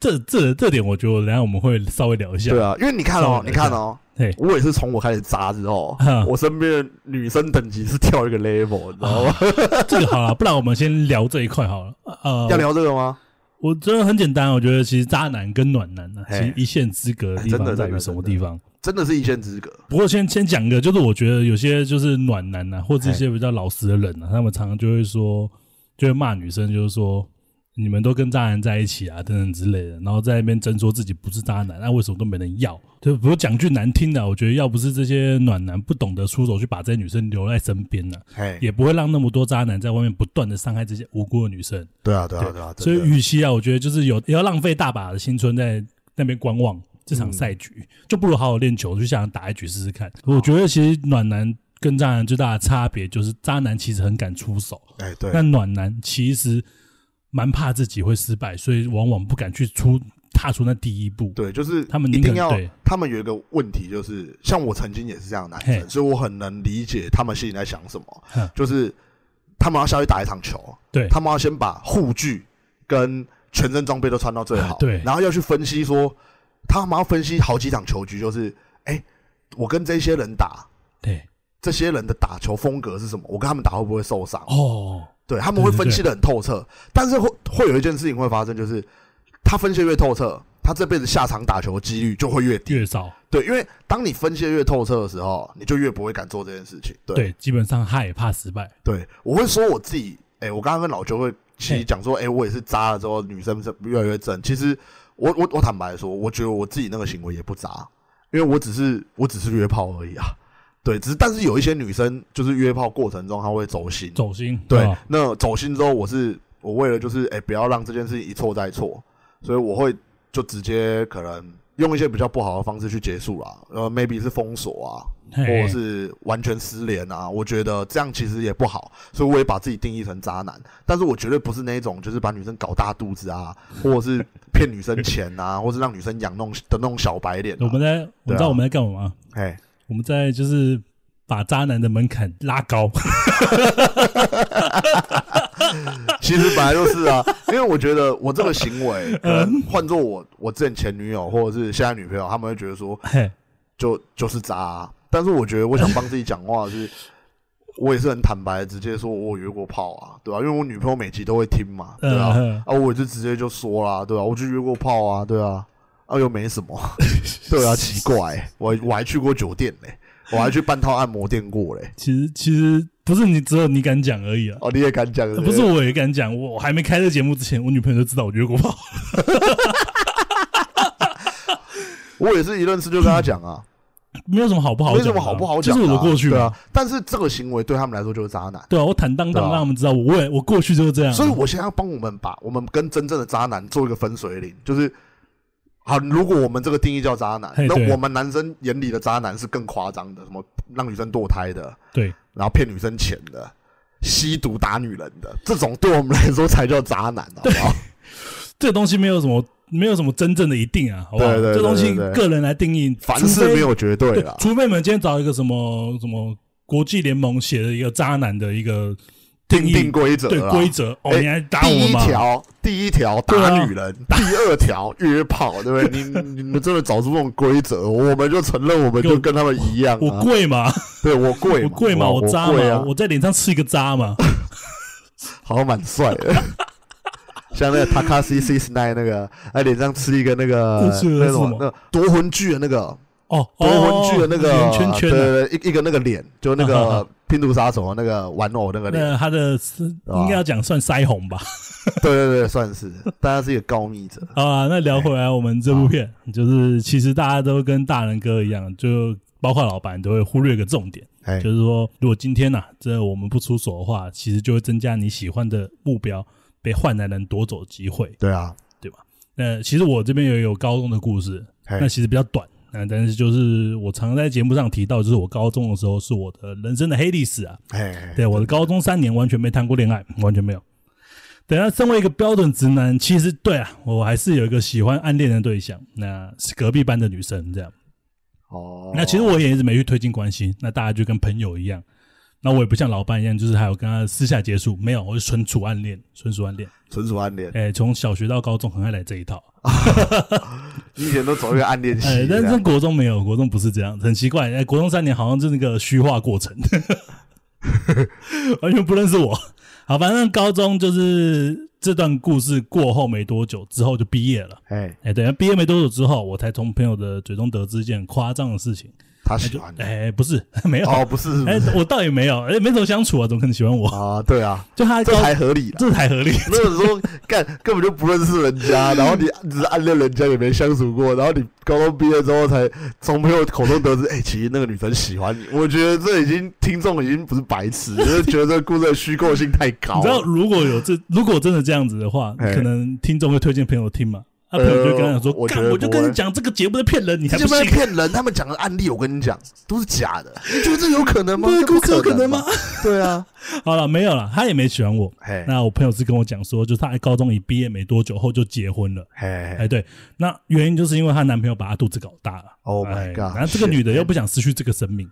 Speaker 3: 这这这点，我觉得等一下我们会稍微聊一下。
Speaker 1: 对啊，因为你看哦
Speaker 3: 稍，微
Speaker 1: 你看哦
Speaker 3: 嘿，
Speaker 1: 我也是从我开始渣之后
Speaker 3: 哈，
Speaker 1: 我身边的女生等级是跳一个 level，你知道吗？
Speaker 3: 哦这个好了，不然我们先聊这一块好了。呃，
Speaker 1: (laughs) 要聊这个吗？
Speaker 3: 我觉得很简单，我觉得其实渣男跟暖男呢、
Speaker 1: 嘿
Speaker 3: 其实一线之隔的地
Speaker 1: 哎真
Speaker 3: 方
Speaker 1: 的
Speaker 3: 在
Speaker 1: 真
Speaker 3: 于
Speaker 1: 的
Speaker 3: 什么
Speaker 1: 真的
Speaker 3: 地方？
Speaker 1: 真的是一线之隔，
Speaker 3: 不过先先讲一个，就是我觉得有些就是暖男
Speaker 1: 嗯
Speaker 3: 啊，或者一些比较老实的人啊，他们常常就会说，就会骂女生，就是说你们都跟渣男在一起啊，等等之类的，然后在那边争说自己不是渣男，那、啊为什么都没人要？就不过讲句难听的啊，我觉得要不是这些暖男不懂得出手去把这些女生留在身边呢、
Speaker 1: 嘿，
Speaker 3: 也不会让那么多渣男在外面不断的伤害这些无辜的女生。
Speaker 1: 对啊，对啊，对啊，
Speaker 3: 所以，
Speaker 1: 真的
Speaker 3: 与其啊，我觉得就是有要浪费大把的青春在那边观望这
Speaker 1: 嗯
Speaker 3: 场赛局，就不如好好练球，去想打一局试试看。我觉得其实暖男跟渣男最大的差别就是，渣男其实很敢出手，
Speaker 1: 哎，对，
Speaker 3: 但暖男其实蛮怕自己会失败，所以往往不敢去出踏出那第一步。
Speaker 1: 对，就是
Speaker 3: 他们
Speaker 1: 一
Speaker 3: 宁
Speaker 1: 定
Speaker 3: 肯
Speaker 1: 要
Speaker 3: 对，
Speaker 1: 他们有一个问题，就是像我曾经也是这样的男
Speaker 3: 嘿
Speaker 1: 生，所以我很能理解他们心里在想什么
Speaker 3: 哼，
Speaker 1: 就是他们要下去打一场球，
Speaker 3: 对
Speaker 1: 他们要先把护具跟全身装备都穿到最好，
Speaker 3: 啊 (laughs) 对
Speaker 1: 然后要去分析说，他们要分析好几场球局，就是，哎，我跟这些人打。
Speaker 3: 对
Speaker 1: 这些人的打球风格是什么？我跟他们打会不会受伤？
Speaker 3: 哦，
Speaker 1: 对，他们会分析的很透彻，但是会会有一件事情会发生，就是他分析得越透彻，他这辈子下场打球的几率就会越低。
Speaker 3: 越少
Speaker 1: 对，因为当你分析得越透彻的时候，你就越不会敢做这件事情。对，
Speaker 3: 对，基本上他也怕失败。
Speaker 1: 对我会说我自己，哎、我刚刚跟老邱会其实讲说，哎、我也是渣了之后，女生是越来越正。其实我我我坦白说，我觉得我自己那个行为也不渣，因为我只是我只是约炮而已啊。对，只是但是有一些女生就是约炮过程中她会走心，
Speaker 3: 走心
Speaker 1: 对
Speaker 3: 吧，
Speaker 1: 那走心之后，我是我为了就是哎、诶不要让这件事情一错再错，所以我会就直接可能用一些比较不好的方式去结束啦，呃，maybe 是封锁啊，
Speaker 3: 嘿
Speaker 1: 或者是完全失联啊。我觉得这样其实也不好，所以我也把自己定义成渣男。但是我绝对不是那一种就是把女生搞大肚子啊，或者是骗女生钱啊，或是让女生养弄的那种小白脸、啊。
Speaker 3: 我们在，你知
Speaker 1: 对
Speaker 3: 道
Speaker 1: 啊
Speaker 3: 我们在干嘛吗？
Speaker 1: 哎，
Speaker 3: 我们在就是把渣男的门槛拉高， (laughs)
Speaker 1: 其实本来就是啊，因为我觉得我这个行
Speaker 3: (laughs) 嗯
Speaker 1: 为，可能换做我我之前前女友或者是现在女朋友，他们会觉得说
Speaker 3: 嘿，
Speaker 1: 就就是渣啊、但是我觉得我想帮自己讲话的是， (laughs) 我也是很坦白，直接说我有约过炮啊，对吧、因为我女朋友每集都会听嘛，对啊，
Speaker 3: 嗯
Speaker 1: 啊，我就直接就说啦，对吧、我就约过炮啊，对啊，啊又没什么， (laughs) 对啊，奇怪、我还我还去过酒店嘞、我还去半套按摩店过嘞、
Speaker 3: 其实其实不是你只有你敢讲而已啊。
Speaker 1: 哦，你也敢讲？
Speaker 3: 不是，我也敢讲。我我还没开这节目之前，我女朋友就知道我约过炮。
Speaker 1: 我也是一认识就跟他讲啊，
Speaker 3: (laughs) 没有什么好不好讲
Speaker 1: 没
Speaker 3: 的啊，
Speaker 1: 什么好不好讲、啊，
Speaker 3: 就是我的过去
Speaker 1: 对
Speaker 3: 嘛
Speaker 1: 啊。但是这个行为对他们来说就是渣男，
Speaker 3: 对啊，我坦荡荡
Speaker 1: 对啊
Speaker 3: 让他们知道我，我也我过去就是这样。啊
Speaker 1: 所以我现在要帮我们把我们跟真正的渣男做一个分水岭，就是。好，如果我们这个定义叫渣男，
Speaker 3: 嘿对
Speaker 1: 那我们男生眼里的渣男是更夸张的，什么让女生堕胎的，
Speaker 3: 对
Speaker 1: 然后骗女生钱的，吸毒打女人的，这种对我们来说才叫渣男，好不好？
Speaker 3: 这个东西没有什么没有什么真正的一定啊，好不好？
Speaker 1: 对对对
Speaker 3: 这东西
Speaker 1: 对对
Speaker 3: 个人来定义，
Speaker 1: 凡
Speaker 3: 除
Speaker 1: 事
Speaker 3: 非
Speaker 1: 没有绝对啊
Speaker 3: 对
Speaker 1: 啦，
Speaker 3: 除非你们今天找一个什么什么国际联盟写的一个渣男的一个定
Speaker 1: 定
Speaker 3: 义
Speaker 1: 定规则
Speaker 3: 对
Speaker 1: 啦。
Speaker 3: 规则哦，
Speaker 1: 哎
Speaker 3: 你还打
Speaker 1: 第
Speaker 3: 我
Speaker 1: 一
Speaker 3: 嘛？
Speaker 1: 条，啊第一条
Speaker 3: 对啊
Speaker 1: 打女
Speaker 3: (laughs)
Speaker 1: 人，第二条约炮，对不对？你你们真的找出这种规则，我们就承认，我
Speaker 3: (laughs)
Speaker 1: 们就跟他们一样、啊。
Speaker 3: 我贵嘛，
Speaker 1: 对我贵
Speaker 3: 我
Speaker 1: 嘛，
Speaker 3: 贵嘛，
Speaker 1: 嘛，
Speaker 3: 我渣
Speaker 1: 贵
Speaker 3: 嘛，
Speaker 1: 啊，
Speaker 3: 我在脸上吃一个渣嘛。
Speaker 1: 好像蛮帅
Speaker 3: (laughs)
Speaker 1: 的。像那个 Takashi Six Nine 那个，哎，脸上吃一个那个
Speaker 3: 这是
Speaker 1: 那
Speaker 3: 什
Speaker 1: 种
Speaker 3: 么
Speaker 1: 那夺魂锯的那个
Speaker 3: 哦，
Speaker 1: 夺魂锯的那个啊
Speaker 3: 圆圈圈的，
Speaker 1: 对对对，一一个那个脸，就那
Speaker 3: 啊哈 (laughs)
Speaker 1: 个拼图杀手那个玩偶那个脸，
Speaker 3: 那他的是
Speaker 1: 吧
Speaker 3: 呃应该要讲算腮红吧？
Speaker 1: 对对对，算是，大家是一个告密者，
Speaker 3: 好啊，那聊回来我们这部片，
Speaker 1: 啊
Speaker 3: 就是其实大家都跟大人哥一样，就包括老板都会忽略一个重点，
Speaker 1: 哎，
Speaker 3: 就是说，如果今天呐、这我们不出手的话，其实就会增加你喜欢的目标被换来人夺走的机会。
Speaker 1: 对啊，
Speaker 3: 那其实我这边也有高中的故事，
Speaker 1: 嘿
Speaker 3: 那其实比较短，但但是就是我常在节目上提到，就是我高中的时候是我的人生的黑历史啊。
Speaker 1: 哎，
Speaker 3: 对，我的高中三年完全没谈过恋爱，完全没有。对，那身为一个标准直男，其实对啊，我还是有一个喜欢暗恋的对象，那是隔壁班的女生这样。
Speaker 1: 哦，
Speaker 3: 那其实我也一直没去推进关系，那大家就跟朋友一样。那我也不像老班一样，就是还有跟他私下接触，没有，我是纯属暗恋，纯属暗恋。
Speaker 1: 纯属暗恋，
Speaker 3: 哎、从小学到高中很爱来这一套。
Speaker 1: 你以前都走一个暗恋期
Speaker 3: (laughs) 哎、，但
Speaker 1: 这
Speaker 3: 是
Speaker 1: 样
Speaker 3: 国中没有，国中不是这样，很奇怪。哎、国中三年好像是那个虚化过程， (laughs) 完全不认识我。好，反正高中就是这段故事过后没多久之后就毕业了。
Speaker 1: 哎，
Speaker 3: 哎、对，毕业没多久之后，我才从朋友的嘴中得知一件很夸张的事情。
Speaker 1: 他
Speaker 3: 哎
Speaker 1: 喜
Speaker 3: 就
Speaker 1: 啊欢你
Speaker 3: 哎、不是， (laughs) 没有。
Speaker 1: 哦，不是，不
Speaker 3: 哎、
Speaker 1: 是
Speaker 3: 我倒也没有，哎、没怎么相处啊，怎么可能喜欢我？
Speaker 1: 啊，对啊，
Speaker 3: 就他
Speaker 1: 这
Speaker 3: 高，
Speaker 1: 才合理啦。
Speaker 3: 这才合理。
Speaker 1: 没有说干根本就不认识人
Speaker 3: (laughs)
Speaker 1: 家，然后你只是暗恋人家也没相处过，然后你高中毕业之后才从朋友口中得知，哎、其实那个女生喜欢你。我觉得这已经听众已经不是白痴，
Speaker 3: (laughs)
Speaker 1: 就是觉得这个故事的虚构性太高
Speaker 3: 你知道，
Speaker 1: 了。
Speaker 3: 如果有这， (laughs) 如果真的这样子的话，
Speaker 1: 哎
Speaker 3: 可能听众会推荐朋友听嘛。他
Speaker 1: 呃
Speaker 3: 朋友就跟他讲说：“
Speaker 1: 我觉
Speaker 3: 干，
Speaker 1: 得
Speaker 3: 我就
Speaker 1: 不会
Speaker 3: 跟你讲，这个节目在骗人，你还
Speaker 1: 这
Speaker 3: 不
Speaker 1: 不
Speaker 3: 信
Speaker 1: 是？
Speaker 3: (laughs)
Speaker 1: 骗人，他们讲的案例，我跟你讲都是假的。你觉得这有可能吗？
Speaker 3: 对
Speaker 1: 这不
Speaker 3: 故事有可能
Speaker 1: 吧
Speaker 3: 吗？ (laughs)
Speaker 1: 对啊，
Speaker 3: 好了，没有了，他也没喜欢我。
Speaker 1: 嘿，
Speaker 3: 那我朋友是跟我讲说，就是他高中一毕业没多久后就结婚了。
Speaker 1: 嘿，
Speaker 3: 哎，对，那原因就是因为她男朋友把她肚子搞大了。
Speaker 1: Oh my
Speaker 3: 哎
Speaker 1: God，
Speaker 3: 然后这个
Speaker 1: shit
Speaker 3: 女的又不想失去这个生命，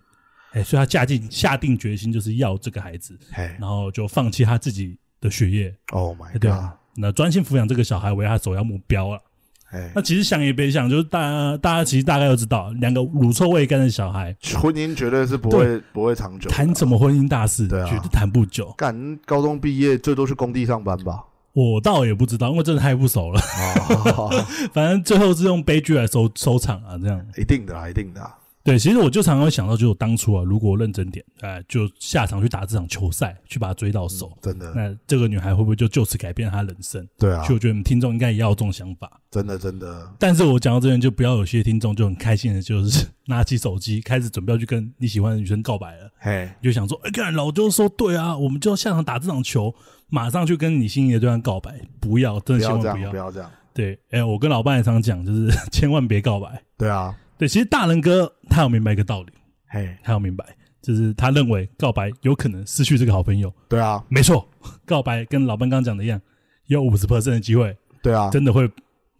Speaker 3: 哎，所以她下定下定决心就是要这个孩子，
Speaker 1: 嘿
Speaker 3: 然后就放弃她自己的学业，
Speaker 1: ，Oh my
Speaker 3: 哎
Speaker 1: god，
Speaker 3: 对啊，那专心抚养这个小孩为她首要目标了。
Speaker 1: 嘿
Speaker 3: 那其实想也别想，就是大家大家其实大概都知道，两个乳臭未干的小孩
Speaker 1: 婚姻绝对是不会不会长久的啊。
Speaker 3: 谈什么婚姻大事，
Speaker 1: 对啊
Speaker 3: 绝对谈不久。
Speaker 1: 干高中毕业最多去工地上班吧。
Speaker 3: 我倒也不知道，因为真的太不熟了。 (laughs)
Speaker 1: 啊，
Speaker 3: 反正最后是用悲剧来收收场啊，这样。
Speaker 1: (laughs) 一定的啊，一定的啊。
Speaker 3: 对，其实我就常常会想到，就是我当初啊，如果我认真点，哎、就下场去打这场球赛，去把它追到手，
Speaker 1: 真的，
Speaker 3: 那这个女孩会不会就就此改变她人生？
Speaker 1: 对嗯啊
Speaker 3: 其实，我觉得你们听众应该也要有这种想法。
Speaker 1: 真的真的，
Speaker 3: 但是我讲到这边，就不要有些听众就很开心的，就是 (laughs) 拿起手机开始准备要去跟你喜欢的女生告白了。
Speaker 1: 嘿，
Speaker 3: 你就想说，哎、看老周说对啊，我们就要下场打这场球，马上去跟你心仪的对象告白，不要，真
Speaker 1: 不
Speaker 3: 的千
Speaker 1: 要
Speaker 3: 万
Speaker 1: 这
Speaker 3: 不
Speaker 1: 样，
Speaker 3: 要。
Speaker 1: 不要这样。
Speaker 3: 对，哎、我跟老伴也常讲，就是 (laughs) 千万别告白。
Speaker 1: 对啊，
Speaker 3: 对，其实大人哥他有明白一个道理，
Speaker 1: 嘿，
Speaker 3: 他有明白，就是他认为告白有可能失去这个好朋友。
Speaker 1: 对啊，
Speaker 3: 没错， (laughs) 告白跟老伴刚讲的一样，有五十 percent 的机会，
Speaker 1: 对啊，
Speaker 3: 真的会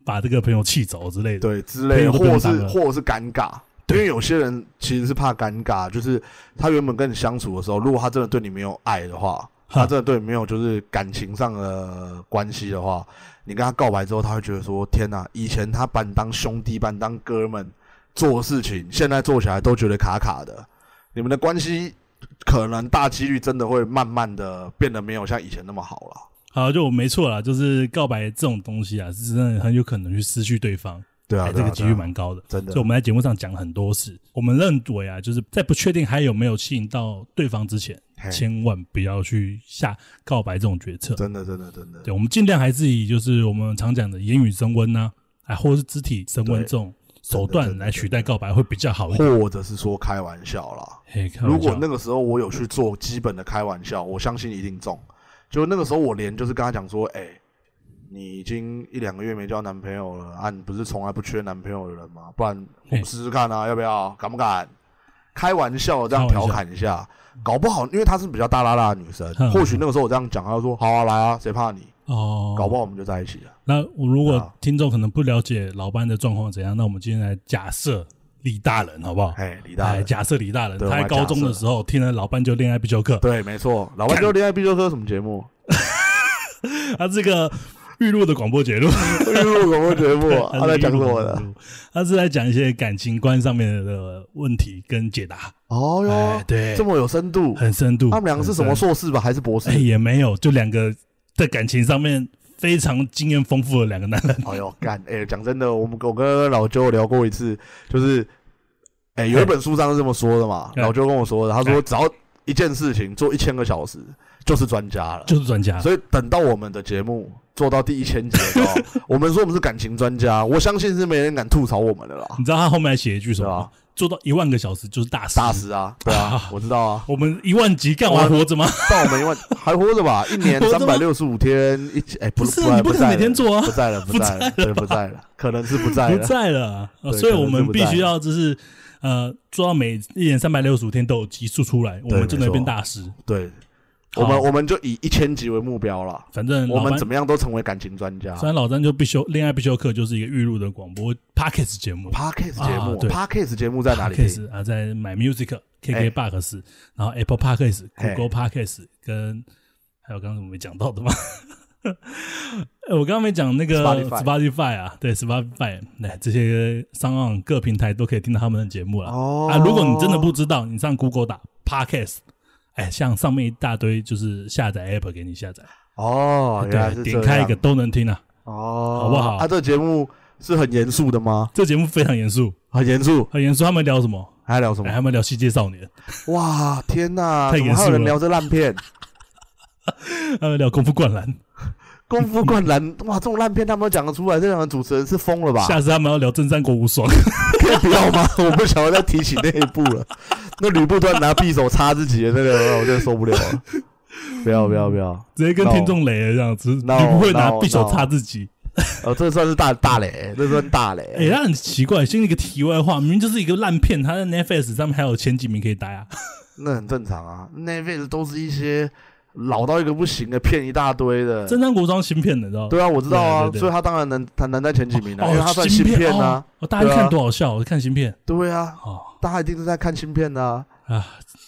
Speaker 3: 把这个朋友气走之类的。
Speaker 1: 对之类的，
Speaker 3: 朋
Speaker 1: 或
Speaker 3: 友都不能
Speaker 1: 是
Speaker 3: 当了
Speaker 1: 或是尴尬。因为有些人其实是怕尴尬，就是他原本跟你相处的时候，如果他真的对你没有爱的话，
Speaker 3: 哈
Speaker 1: 他真的对你没有就是感情上的关系的话，你跟他告白之后，他会觉得说：天哪、以前他把你当兄弟，把你当哥们做事情，现在做起来都觉得卡卡的。你们的关系可能大几率真的会慢慢的变得没有像以前那么好了。
Speaker 3: 好，就我没错啦，就是告白这种东西啊，是真的很有可能去失去对方，
Speaker 1: 对啊，
Speaker 3: 哎，
Speaker 1: 对
Speaker 3: 这
Speaker 1: 啊
Speaker 3: 个几率
Speaker 1: 对啊
Speaker 3: 蛮高的。
Speaker 1: 真的
Speaker 3: 所以我们在节目上讲了很多次，我们认为啊，就是在不确定还有没有吸引到对方之前，
Speaker 1: 嘿
Speaker 3: 千万不要去下告白这种决策。
Speaker 1: 真的真的真的
Speaker 3: 对，我们尽量还是以就是我们常讲的言语升温呐、啊，哎，或者是肢体升温
Speaker 1: 对
Speaker 3: 这种
Speaker 1: 真的
Speaker 3: 手段
Speaker 1: 真的
Speaker 3: 来取代告白会比较好一点。
Speaker 1: 或者是说开玩笑啦。
Speaker 3: 嘿，开玩
Speaker 1: 如果
Speaker 3: 笑
Speaker 1: 那个时候我有去做基本的开玩笑，我相信一定中。就那个时候我连就是跟他讲说，哎、你已经一两个月没交男朋友了啊，你不是从来不缺男朋友的人吗？不然我们试试看啊，要不要？敢不敢？开玩笑这样
Speaker 3: 开
Speaker 1: 调
Speaker 3: 玩笑
Speaker 1: 侃一下，搞不好因为她是比较大拉拉的女生
Speaker 3: 嗯，
Speaker 1: 或许那个时候我这样讲，她就说好啊来啊，谁怕你？
Speaker 3: 哦，
Speaker 1: 搞不好我们就在一起了。
Speaker 3: 那我如果
Speaker 1: 啊
Speaker 3: 听众可能不了解老班的状况怎样，那我们今天来假设李大人好不好？
Speaker 1: 哎，李大
Speaker 3: 哎
Speaker 1: 人，
Speaker 3: 假设李大人
Speaker 1: 对
Speaker 3: 他
Speaker 1: 我
Speaker 3: 在
Speaker 1: 来
Speaker 3: 高
Speaker 1: 假
Speaker 3: 中的
Speaker 1: 设
Speaker 3: 时候听了老班就恋爱必修课，
Speaker 1: 对，没错，老外就恋爱必修课什么节目？ (laughs)
Speaker 3: 他啊这个预录的广播节目。
Speaker 1: 预录广播节目
Speaker 3: (laughs)
Speaker 1: 啊，(laughs)
Speaker 3: 哎
Speaker 1: 他在讲什么的？？
Speaker 3: 他是在讲一些感情观上面的问题跟解答，
Speaker 1: 哦哟
Speaker 3: 哎，对
Speaker 1: 这么有深度。
Speaker 3: 很深度。
Speaker 1: 他们两个是什么
Speaker 3: 很深？
Speaker 1: 硕士吧，还是博士
Speaker 3: 哎，？也没有，就两个在感情上面非常经验丰富的两个男人。 (laughs)
Speaker 1: 哎呦，干！哎，讲真的，我们我跟老周聊过一次，就是，哎，有一本书上是这么说的嘛，
Speaker 3: 哎
Speaker 1: 老周跟我说的，他说只要一件事情做一千个小时就是专家了。
Speaker 3: 就是啊专家，
Speaker 1: 所以等到我们的节目做到第一千集的时候，
Speaker 3: (laughs)
Speaker 1: 我们说我们是感情专家，我相信是没人敢吐槽我们的啦。
Speaker 3: 你知道他后面还写一句什
Speaker 1: 对
Speaker 3: 么吗
Speaker 1: 啊？
Speaker 3: 做到一万个小时就是大师。
Speaker 1: 大师啊，对
Speaker 3: (laughs)
Speaker 1: 啊，我知道啊。
Speaker 3: 我们一万集干完
Speaker 1: 我
Speaker 3: 活着吗？
Speaker 1: 但我们因为还活着吧，一年
Speaker 3: (laughs) 活着
Speaker 1: 三
Speaker 3: 吗
Speaker 1: 百六十五天，一起哎，不
Speaker 3: 不是
Speaker 1: 不在
Speaker 3: 你不可能
Speaker 1: 在
Speaker 3: 每天
Speaker 1: 了
Speaker 3: 做啊
Speaker 1: 不在了，不在
Speaker 3: (laughs)
Speaker 1: 了，对，不在了，可能是不在
Speaker 3: 不
Speaker 1: 了。
Speaker 3: 在了，呃
Speaker 1: 对
Speaker 3: 所以
Speaker 1: 可
Speaker 3: 我
Speaker 1: 能是
Speaker 3: 们
Speaker 1: 不
Speaker 3: 必
Speaker 1: 在
Speaker 3: 须
Speaker 1: 了
Speaker 3: 要就是呃，做到每一年三百六十五天都有集数出来，我
Speaker 1: 对
Speaker 3: 们真的
Speaker 1: 没错
Speaker 3: 变大师。
Speaker 1: 对，我们
Speaker 3: 好
Speaker 1: 我们就以一千集为目标啦。
Speaker 3: 反正
Speaker 1: 我
Speaker 3: 老
Speaker 1: 们
Speaker 3: 班
Speaker 1: 怎么样都成为感情专家
Speaker 3: 虽。然老詹就必修恋爱必修课就是一个预录的广播 podcast 节目
Speaker 1: Podcast 节
Speaker 3: 啊
Speaker 1: 目
Speaker 3: 对
Speaker 1: ，Podcast 节目在哪里听？
Speaker 3: ，podcast 啊，在买 music、
Speaker 1: 哎
Speaker 3: KK box，然后 Apple podcast、
Speaker 1: 哎
Speaker 3: Google podcast 跟还有刚刚怎么没讲到的吗？ (laughs) 哎我刚刚没讲那个
Speaker 1: Spotify
Speaker 3: Spotify 啊，对 Spotify，那这些商岸各平台都可以听到他们的节目了。
Speaker 1: 哦
Speaker 3: 啊，如果你真的不知道，你上 Google 打 podcast，哎，像上面一大堆就是下载 app 给你下载，
Speaker 1: 哦，原来
Speaker 3: 对，
Speaker 1: 是
Speaker 3: 点
Speaker 1: 这
Speaker 3: 开一
Speaker 1: 样
Speaker 3: 个。都能听啊。
Speaker 1: 哦，
Speaker 3: 好不好
Speaker 1: 啊，这节目是很严肃的吗？
Speaker 3: 这节目非常严肃，
Speaker 1: 很严肃，
Speaker 3: 很严肃。他们聊什么？
Speaker 1: 还聊什
Speaker 3: 哎，
Speaker 1: 么？
Speaker 3: 他们聊《西界少年》，
Speaker 1: 哇，天哪！
Speaker 3: 太
Speaker 1: 怎么
Speaker 3: 严肃
Speaker 1: 还有人
Speaker 3: 了
Speaker 1: 聊这烂片？
Speaker 3: 他们聊《功夫灌篮
Speaker 1: 功夫灌篮，哇，这种烂片他们都讲得出来，这两个主持人是疯了》，吧？
Speaker 3: 下次他们要聊《真三国
Speaker 1: (laughs)
Speaker 3: 无双》。
Speaker 1: 可以不要吗？ (laughs) 我不想要再提起那一步了。那吕布突然拿匕首插自己的那个，我真的受不了了。不要不要不要！
Speaker 3: 直接跟
Speaker 1: No
Speaker 3: 听众雷了这样子，你
Speaker 1: No，
Speaker 3: 不会拿
Speaker 1: no，
Speaker 3: 匕首
Speaker 1: no
Speaker 3: 插自己。
Speaker 1: 呃，这算是大大雷，这算大雷。
Speaker 3: 哎、那很奇怪。先一个题外话，明明就是一个烂片，他在 Netflix 上面还有前几名可以待啊。
Speaker 1: 那很正常啊。那辈子都是一些老到一个不行的，骗一大堆的。
Speaker 3: 真三国无双新片的，你知道吗？
Speaker 1: 对啊，我知道啊
Speaker 3: 对对，对
Speaker 1: 所以他当然能，他能在前几名啊，
Speaker 3: 哦，
Speaker 1: 因为他算
Speaker 3: 新
Speaker 1: 新片啊
Speaker 3: 哦。哦大家
Speaker 1: 对啊
Speaker 3: 看多好笑，我看新片
Speaker 1: 对啊，
Speaker 3: 哦。
Speaker 1: 大家一定是在看新片的啊。
Speaker 3: 啊，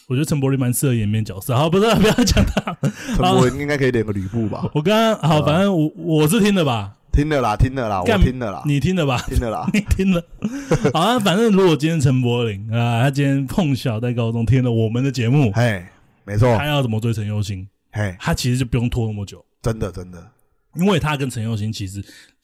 Speaker 3: 我觉得陈柏霖蛮适合演面角色。好，不是不要讲他。
Speaker 1: 陈柏霖应该可以点个吕布吧？
Speaker 3: 我刚刚好，
Speaker 1: 啊
Speaker 3: 反正我我是听的吧，
Speaker 1: 听了啦，听了啦，我
Speaker 3: 干
Speaker 1: 听了啦，
Speaker 3: 你听的吧，
Speaker 1: 听了啦。
Speaker 3: 你听了。 (laughs) 好啊，反正如果今天陈柏霖啊，他今天碰巧在高中听了我们的节目，
Speaker 1: 嘿，没错
Speaker 3: 他，要怎么追陈佑兴？
Speaker 1: 嘿，
Speaker 3: 他其实就不用拖那么久。
Speaker 1: 真的真的，
Speaker 3: 因为他跟陈佑兴其实，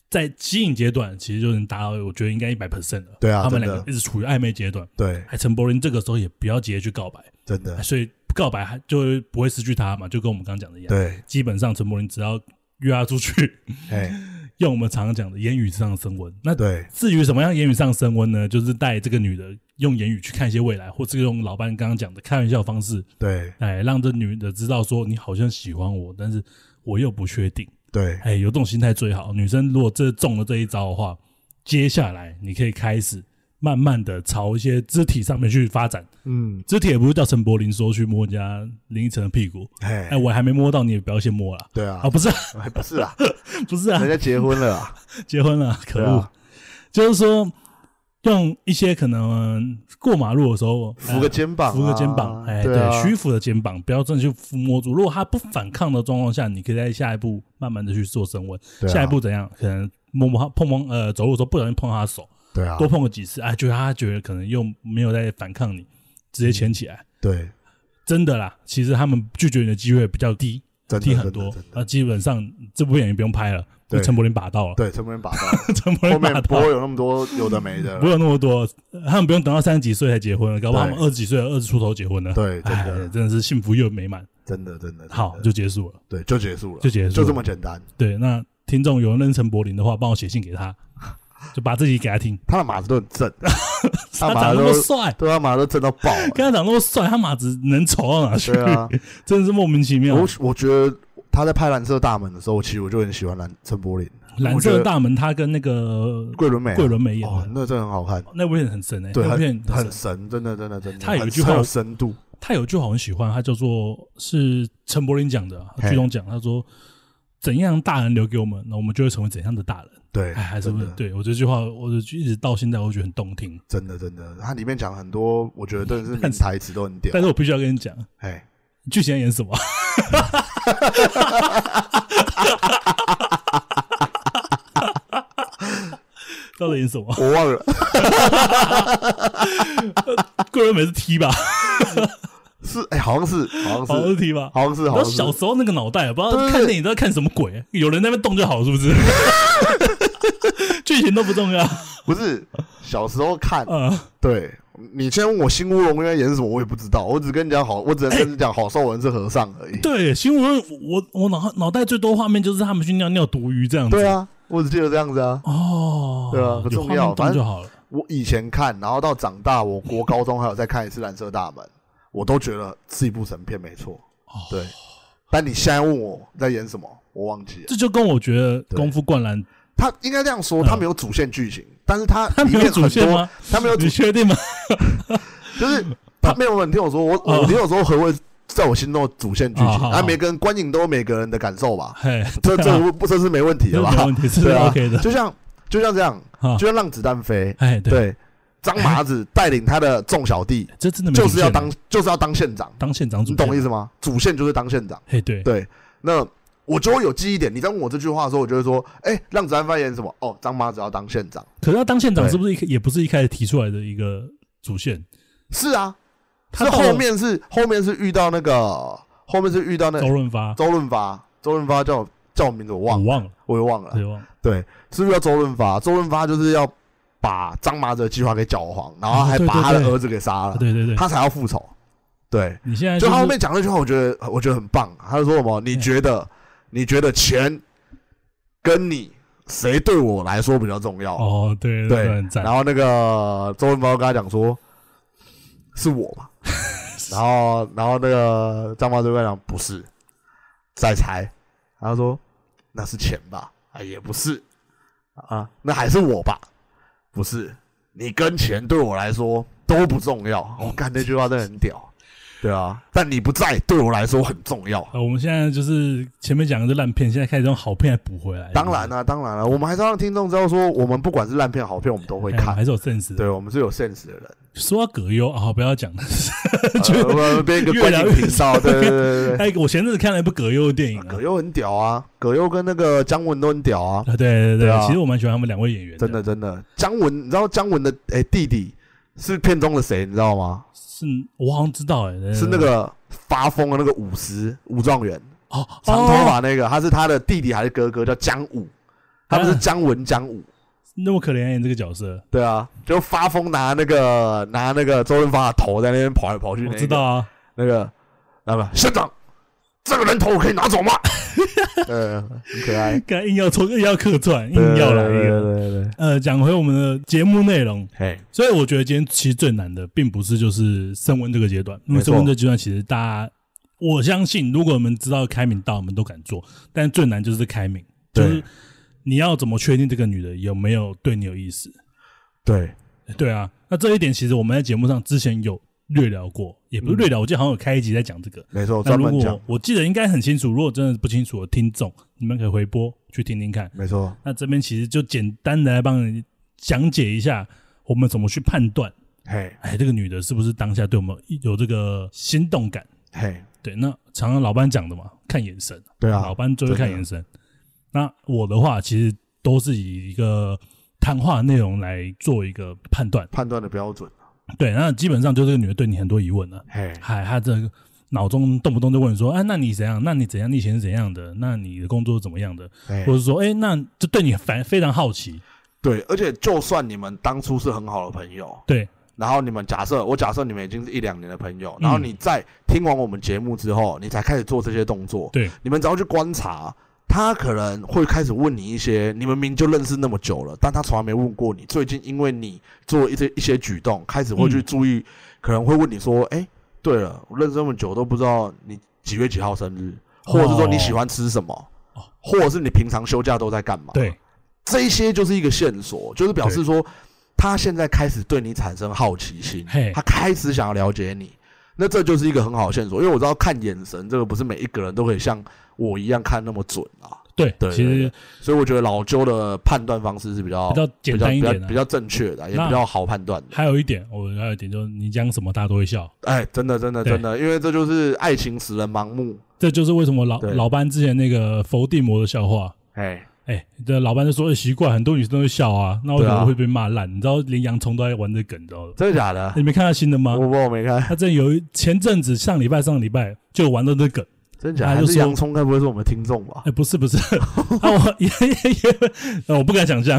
Speaker 3: 在吸引阶段其实就能达到，我觉得应该一百 percent 了。
Speaker 1: 对啊
Speaker 3: 他们
Speaker 1: 真
Speaker 3: 两
Speaker 1: 的
Speaker 3: 个一直处于暧昧阶段。
Speaker 1: 对，
Speaker 3: 哎，陈柏霖这个时候也不要急着去告白，
Speaker 1: 真的，
Speaker 3: 所以告白还就不会失去他嘛，就跟我们刚刚讲的一样。
Speaker 1: 对，
Speaker 3: 基本上陈柏霖只要约他出去， (laughs)
Speaker 1: 嘿，
Speaker 3: 用我们常常讲的言语上升温。那
Speaker 1: 哎对，
Speaker 3: 至于什么样言语上升温呢？就是带这个女的用言语去看一些未来，或是用老班刚刚讲的开玩笑方式，
Speaker 1: 对，
Speaker 3: 哎，让这女的知道说你好像喜欢我，但是我又不确定。
Speaker 1: 对，
Speaker 3: 哎，有这种心态最好。女生如果这中了这一招的话，接下来你可以开始慢慢的朝一些肢体上面去发展。
Speaker 1: 嗯，
Speaker 3: 肢体也不是叫陈柏霖说去摸人家林依晨的屁股，
Speaker 1: 嘿
Speaker 3: 哎，，我还没摸到，你也不要先摸啦。
Speaker 1: 对啊
Speaker 3: 啊，，不是啊，
Speaker 1: 哎不是啊，
Speaker 3: 不是啊
Speaker 1: 人，家结婚了啊，
Speaker 3: 结婚了，可
Speaker 1: 对
Speaker 3: 恶。
Speaker 1: 啊
Speaker 3: 就是说，用一些可能过马路的时候
Speaker 1: 扶个
Speaker 3: 呃
Speaker 1: 肩膀啊，
Speaker 3: 扶个肩膀，哎，
Speaker 1: 对啊，
Speaker 3: 虚扶的肩膀，不要真的去抚摸住。如果他不反抗的状况下，你可以在下一步慢慢的去做升温。
Speaker 1: 对啊
Speaker 3: 下一步怎样？可能摸摸他，碰碰，呃，走路的时候不小心碰他的手，
Speaker 1: 对啊
Speaker 3: 多，碰个几次，哎，觉得他觉得可能又没有在反抗你，直接牵起来。
Speaker 1: 对，
Speaker 3: 真的啦，其实他们拒绝你的机会比较低，
Speaker 1: 真的
Speaker 3: 低
Speaker 1: 真
Speaker 3: 很
Speaker 1: 的
Speaker 3: 多
Speaker 1: 真。的
Speaker 3: 那基本上这部电影不用拍了，
Speaker 1: 对
Speaker 3: 陈柏霖把到了， (laughs)
Speaker 1: 对，成本把到，
Speaker 3: 陈
Speaker 1: 后
Speaker 3: 柏霖
Speaker 1: 面
Speaker 3: 把
Speaker 1: 不
Speaker 3: 到
Speaker 1: 会。有那么多有的没的
Speaker 3: 不，会有那么多，他们不用等到三十几岁才结婚了，搞不好他们
Speaker 1: 对
Speaker 3: 二十几岁、二十出头结婚了。
Speaker 1: 对真的
Speaker 3: 哎真的是幸福又美满。
Speaker 1: 真的，真的，
Speaker 3: 好，
Speaker 1: 真的
Speaker 3: 就结束了。
Speaker 1: 对，就结束了，
Speaker 3: 就结束了
Speaker 1: 就这么简单。
Speaker 3: 对，那听众有人认陈柏霖的话，帮我写信给他，就把自己给他听。
Speaker 1: 他的马子都很正，
Speaker 3: 他
Speaker 1: 马
Speaker 3: 长那
Speaker 1: 都
Speaker 3: 么帅，
Speaker 1: 对啊，马子都正到爆啊，
Speaker 3: 跟他长那么帅，他马子能丑到哪去？
Speaker 1: 对啊，
Speaker 3: (laughs) 真的是莫名其妙。
Speaker 1: 我我觉得他在拍《蓝色大门》的时候，其实我就很喜欢蓝陈柏霖，
Speaker 3: 蓝
Speaker 1: 我觉
Speaker 3: 色
Speaker 1: 得
Speaker 3: 大门，他跟那个
Speaker 1: 桂纶镁啊，
Speaker 3: 桂纶镁演
Speaker 1: 哦，
Speaker 3: 的
Speaker 1: 那真的很好看，
Speaker 3: 那部片很神哎，
Speaker 1: 对，
Speaker 3: 那部片
Speaker 1: 很很
Speaker 3: 神。
Speaker 1: 神，真的真的真的，
Speaker 3: 他有一
Speaker 1: 很
Speaker 3: 句话
Speaker 1: 很
Speaker 3: 我
Speaker 1: 有深度，
Speaker 3: 他有句话我很喜欢，他叫做是陈柏霖讲的啊，
Speaker 1: 嘿
Speaker 3: 剧中讲，他说怎样大人留给我们，那我们就会成为怎样的大人。
Speaker 1: 对，
Speaker 3: 哎，还是
Speaker 1: 真
Speaker 3: 不是
Speaker 1: 的？
Speaker 3: 对我这句话，我就一直到现在，我觉得很动听。
Speaker 1: 真的真的，它里面讲很多，我觉得真的是名
Speaker 3: 但是
Speaker 1: 台词都很屌
Speaker 3: 但，是我必须要跟你讲，
Speaker 1: 哎，
Speaker 3: 剧情在演
Speaker 1: (laughs)
Speaker 3: 什么？到底演什么？
Speaker 1: 我忘了
Speaker 3: 贵人美是 T 吧，
Speaker 1: 是哎，好像是好像
Speaker 3: 好像
Speaker 1: 是
Speaker 3: 是 T 吧。
Speaker 1: 好像是
Speaker 3: 然后
Speaker 1: 好
Speaker 3: 小
Speaker 1: 像是，
Speaker 3: 时候那个脑袋，啊不知道
Speaker 1: 对对
Speaker 3: 看
Speaker 1: 对
Speaker 3: 电影都在看什么鬼，有人在那边动就好，是不是？
Speaker 1: (laughs)
Speaker 3: 剧情都不重要。
Speaker 1: 不是小时候看，
Speaker 3: 呃，
Speaker 1: 对你现在问我《新乌龙院》在演什么，我也不知道，我只跟你讲好，我只能跟你讲郝邵文是和尚而已。
Speaker 3: 对，新闻我我脑脑袋最多画面就是他们去尿尿毒鱼这样子。
Speaker 1: 对，啊，我只记得这样子啊。
Speaker 3: 哦，
Speaker 1: 对啊不
Speaker 3: 有
Speaker 1: 重
Speaker 3: 画面
Speaker 1: 要
Speaker 3: 中
Speaker 1: 反正
Speaker 3: 就好了。
Speaker 1: 我以前看，然后到长大，我国高中还有再看一次《蓝色大门》，我都觉得是一部神片，没错。
Speaker 3: 哦
Speaker 1: 对，但你现在问我在演什么，我忘记了。
Speaker 3: 这就跟我觉得
Speaker 1: 对
Speaker 3: 功夫灌篮，
Speaker 1: 他应该这样说，
Speaker 3: 嗯
Speaker 1: 他没有主线剧情，但是
Speaker 3: (laughs)
Speaker 1: 他
Speaker 3: 它
Speaker 1: 里
Speaker 3: 没有
Speaker 1: 面
Speaker 3: 主
Speaker 1: 很
Speaker 3: 线
Speaker 1: 多
Speaker 3: 吗，？
Speaker 1: 他没有
Speaker 3: (laughs)
Speaker 1: 主
Speaker 3: 你，确定吗？
Speaker 1: 就是他没有。你听我说，我
Speaker 3: 嗯
Speaker 1: 我你有时候何会在我心中的主线剧
Speaker 3: 哦好
Speaker 1: 情，
Speaker 3: 好
Speaker 1: 他每个人观影都有每个人的感受
Speaker 3: (laughs)
Speaker 1: 吧，
Speaker 3: 嘿，
Speaker 1: 这
Speaker 3: 对啊
Speaker 1: 这不这是没问题
Speaker 3: 这
Speaker 1: 的吧
Speaker 3: 没？问题，是
Speaker 1: 对啊
Speaker 3: OK 的。
Speaker 1: 就像就像这样，
Speaker 3: 啊
Speaker 1: 就像让子弹飞，
Speaker 3: 哎，对，
Speaker 1: 对，张麻子带领他的众小弟，
Speaker 3: 这真的没
Speaker 1: 就是要
Speaker 3: 主线
Speaker 1: 当就是要当县长，
Speaker 3: 当县长主
Speaker 1: 你
Speaker 3: 线，
Speaker 1: 懂我意思吗？主线就是当县长。
Speaker 3: 嘿，对，
Speaker 1: 对，那我就会有记忆点。你在问我这句话的时候，我就会说：“哎、让子弹发言什么？哦，张麻子要当县长。
Speaker 3: 可是他当县长
Speaker 1: 对
Speaker 3: 是不是一开也不是一开始提出来的一个主线？”
Speaker 1: 是啊，
Speaker 3: 他
Speaker 1: 是
Speaker 3: 到了
Speaker 1: 后面是后面是遇到那个后面是遇到那
Speaker 3: 周润发，
Speaker 1: 周润发，周润发叫叫我名字我忘
Speaker 3: 我
Speaker 1: 了，
Speaker 3: 忘了，
Speaker 1: 我也忘了。
Speaker 3: 对，忘了。
Speaker 1: 对，是不是叫周润发？周润发就是要把张麻子的计划给搅黄，然后还
Speaker 3: 哦对
Speaker 1: 把他
Speaker 3: 对
Speaker 1: 的
Speaker 3: 对
Speaker 1: 儿子给杀了，
Speaker 3: 对对对，
Speaker 1: 他才要复仇。对，
Speaker 3: 你现在
Speaker 1: 啊就是他后面讲那句话，我觉得我觉得很棒。啊他就说什么？你觉得你觉得钱跟你谁对我来说比较重要？
Speaker 3: 哦，对
Speaker 1: 对
Speaker 3: 很，赞
Speaker 1: 然。后那个周文包跟他讲说，是我吧？ (laughs) 然后然后那个张茂就跟他讲不是，再猜。他说那是钱吧？啊，也不是啊，那还是我吧？不是，你跟钱对我来说都不重要。我、哦、干那句话真的很屌，对啊，但你不在对我来说很重要。
Speaker 3: 呃，我们现在就是前面讲的是烂片，现在开始用好片来补回来。
Speaker 1: 当然
Speaker 3: 了，
Speaker 1: 了、当然了、啊我们还是要让听众知道说，我们不管是烂片好片，我们都会
Speaker 3: 哎我们
Speaker 1: 看。
Speaker 3: 还是有 sense 的。
Speaker 1: 对，我们是有 sense 的人。
Speaker 3: 说到葛优啊，不
Speaker 1: (laughs)
Speaker 3: 要讲。 (laughs)
Speaker 1: 呃我们被一个
Speaker 3: 越
Speaker 1: 观
Speaker 3: 聊
Speaker 1: 影
Speaker 3: 越
Speaker 1: 频道，对对
Speaker 3: (laughs)
Speaker 1: 对对对。
Speaker 3: 哎，我前阵子看了一部葛优的电影啊，
Speaker 1: 葛优很屌啊，葛优跟那个姜文都很屌啊，
Speaker 3: 啊，对对
Speaker 1: 对啊
Speaker 3: 其实我蛮喜欢他们两位演员，
Speaker 1: 真的真的。姜文，你知道姜文的哎、弟弟是片中的谁，你知道吗？
Speaker 3: 是我好像知道，哎，对
Speaker 1: 是那个发疯的那个武十武状元，
Speaker 3: 哦，
Speaker 1: 长头
Speaker 3: 哦，
Speaker 1: 发那个，他是他的弟弟还是哥哥，叫姜武，他
Speaker 3: 嗯
Speaker 1: 们是姜文姜武。
Speaker 3: 那么可怜演这个角色，
Speaker 1: 对啊，就发疯拿那个拿那个周润发的头在那边跑来跑去、那
Speaker 3: 我
Speaker 1: 个
Speaker 3: 知道啊，
Speaker 1: 那个那个县长，这个人头我可以拿走
Speaker 3: (laughs)
Speaker 1: 吗？呃，很可爱。
Speaker 3: 该硬要抽，硬要客串，硬要来一个。
Speaker 1: 对对，
Speaker 3: 呃，讲回我们的节目内容，
Speaker 1: 嘿，
Speaker 3: 所以我觉得今天其实最难的，并不是就是升温这个阶段，因为升温这个阶段其实大家，我相信如果我们知道开明道，我们都敢做，但最难就是开明，就
Speaker 1: 对
Speaker 3: 是你要怎么确定这个女的有没有对你有意思？
Speaker 1: 对
Speaker 3: 对啊，那这一点其实我们在节目上之前有略聊过，也不是略聊，我记得好像有开一集在讲这个。
Speaker 1: 没错，
Speaker 3: 那
Speaker 1: 嗯哦专
Speaker 3: 如
Speaker 1: 门讲
Speaker 3: 果，我记得应该很清楚，如果真的不清楚的听众，你们可以回播去听听看。
Speaker 1: 没错，
Speaker 3: 那这边其实就简单的来帮你讲解一下，我们怎么去判断，
Speaker 1: 嘿
Speaker 3: 哎，这个女的是不是当下对我们有这个心动感？
Speaker 1: 嘿，
Speaker 3: 对，那常常老班讲的嘛，看眼神，
Speaker 1: 对
Speaker 3: 老
Speaker 1: 啊，
Speaker 3: 班就会看眼神。那我的话，其实都是以一个谈话内容来做一个判断。
Speaker 1: 判断的标准，
Speaker 3: 对，那基本上就这个女的对你很多疑问了、
Speaker 1: 嘿，
Speaker 3: 嗨，她这个脑中动不动就问说，哎、那你怎样？那你怎样？你以前是怎样的？那你的工作是怎么样的？
Speaker 1: 嘿
Speaker 3: 或者说，哎、那就对你反非常好奇。
Speaker 1: 对，而且就算你们当初是很好的朋友，
Speaker 3: 对，
Speaker 1: 然后你们假设，我假设你们已经是一两年的朋友，
Speaker 3: 嗯
Speaker 1: 然后你在听完我们节目之后，你才开始做这些动作，
Speaker 3: 对，
Speaker 1: 你们只要去观察。他可能会开始问你一些你们明明就认识那么久了，但他从来没问过你。最近因为你做一些一些举动，开始会去
Speaker 3: 嗯
Speaker 1: 注意，可能会问你说：“哎、对了，我认识那么久都不知道你几月几号生日，或者是说你喜欢吃什么，
Speaker 3: 哦
Speaker 1: 或者是你平常休假都在干嘛？”
Speaker 3: 对，
Speaker 1: 这一些就是一个线索，就是表示说他现在开始对你产生好奇心
Speaker 3: 嘿，
Speaker 1: 他开始想要了解你。那这就是一个很好的线索，因为我知道看眼神这个不是每一个人都可以像我一样看那么准啊。
Speaker 3: 对，
Speaker 1: 对，
Speaker 3: 其
Speaker 1: 对
Speaker 3: 实
Speaker 1: 对所以我觉得老周的判断方式是比较
Speaker 3: 比较简单一
Speaker 1: 比较
Speaker 3: 点啊
Speaker 1: 比较比
Speaker 3: 的、
Speaker 1: 较正确的，也
Speaker 3: 那
Speaker 1: 比较好判断的。
Speaker 3: 还有一点，我还有一点就是，你讲什么大家都会笑，
Speaker 1: 哎，真的，真的，
Speaker 3: 对
Speaker 1: 真的，因为这就是爱情使人盲目。
Speaker 3: 这就是为什么老
Speaker 1: 对
Speaker 3: 老班之前那个伏地魔的笑话。
Speaker 1: 哎，
Speaker 3: 哎，这老班就说、哎奇怪，很多女生都会笑啊，那为什
Speaker 1: 对
Speaker 3: 么
Speaker 1: 啊
Speaker 3: 会被骂烂？你知道连洋葱都在玩这梗，你知道吗？
Speaker 1: 真的假
Speaker 3: (laughs)
Speaker 1: 的
Speaker 3: 你？没看到新的吗
Speaker 1: 我？我没看，
Speaker 3: 他这有一前阵子上礼拜上礼拜就玩到这梗，
Speaker 1: 真假？
Speaker 3: 他
Speaker 1: 还
Speaker 3: 就是说
Speaker 1: 洋葱？该不会是我们听众
Speaker 3: (laughs)
Speaker 1: 吧
Speaker 3: 哎、？不
Speaker 1: (laughs)
Speaker 3: 是不是，啊，我 (laughs) 也也也，呃我不敢想象，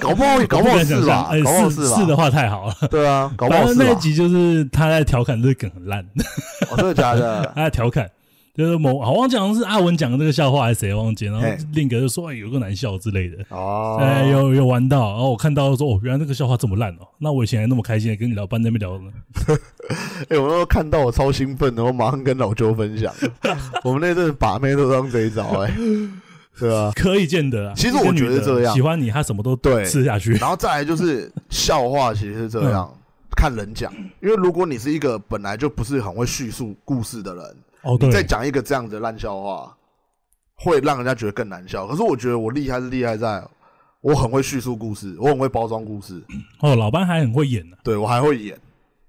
Speaker 1: 搞不好，搞不好
Speaker 3: 敢
Speaker 1: 是
Speaker 3: 想象，
Speaker 1: 吧
Speaker 3: 哎、？
Speaker 1: 搞不好
Speaker 3: 是
Speaker 1: 吧？
Speaker 3: 的话太好了。 (laughs)
Speaker 1: 对啊，搞不
Speaker 3: 反
Speaker 1: 好
Speaker 3: 正
Speaker 1: 是
Speaker 3: 那一
Speaker 1: 吧？
Speaker 3: 集就是他在调侃这个梗很烂，
Speaker 1: 哦，真的假的？
Speaker 3: 他在调侃，就是某好忘记好像是阿文讲的这个笑话还是谁忘记，然后
Speaker 1: 嘿
Speaker 3: 另一个就说、哎、有个难笑之类的，
Speaker 1: 哦，
Speaker 3: (laughs) 哎、有有玩到，然后我看到说哦，原来那个笑话这么烂哦，那我以前还那么开心的跟你老班在那边聊呢，
Speaker 1: 哎、我那时候看到我超兴奋的，我马上跟老周分 (laughs) 享。我们那阵把妹都当这一招、哎，是啊。
Speaker 3: 可以见得啊。
Speaker 1: 其实
Speaker 3: 一个
Speaker 1: 我
Speaker 3: 女
Speaker 1: 觉得
Speaker 3: 的
Speaker 1: 这样
Speaker 3: 喜欢你，她什么都
Speaker 1: 对
Speaker 3: 吃下去，
Speaker 1: 然后再来就是笑话，其实是这样，看人讲。因为如果你是一个本来就不是很会叙述故事的人，
Speaker 3: 哦
Speaker 1: 你再
Speaker 3: 对，
Speaker 1: 讲一个这样子的烂笑话，会让人家觉得更难笑。可是我觉得我厉害是厉害在，我很会叙述故事，我很会包装故事，
Speaker 3: 哦老班还很会演呢、
Speaker 1: 对我还会演，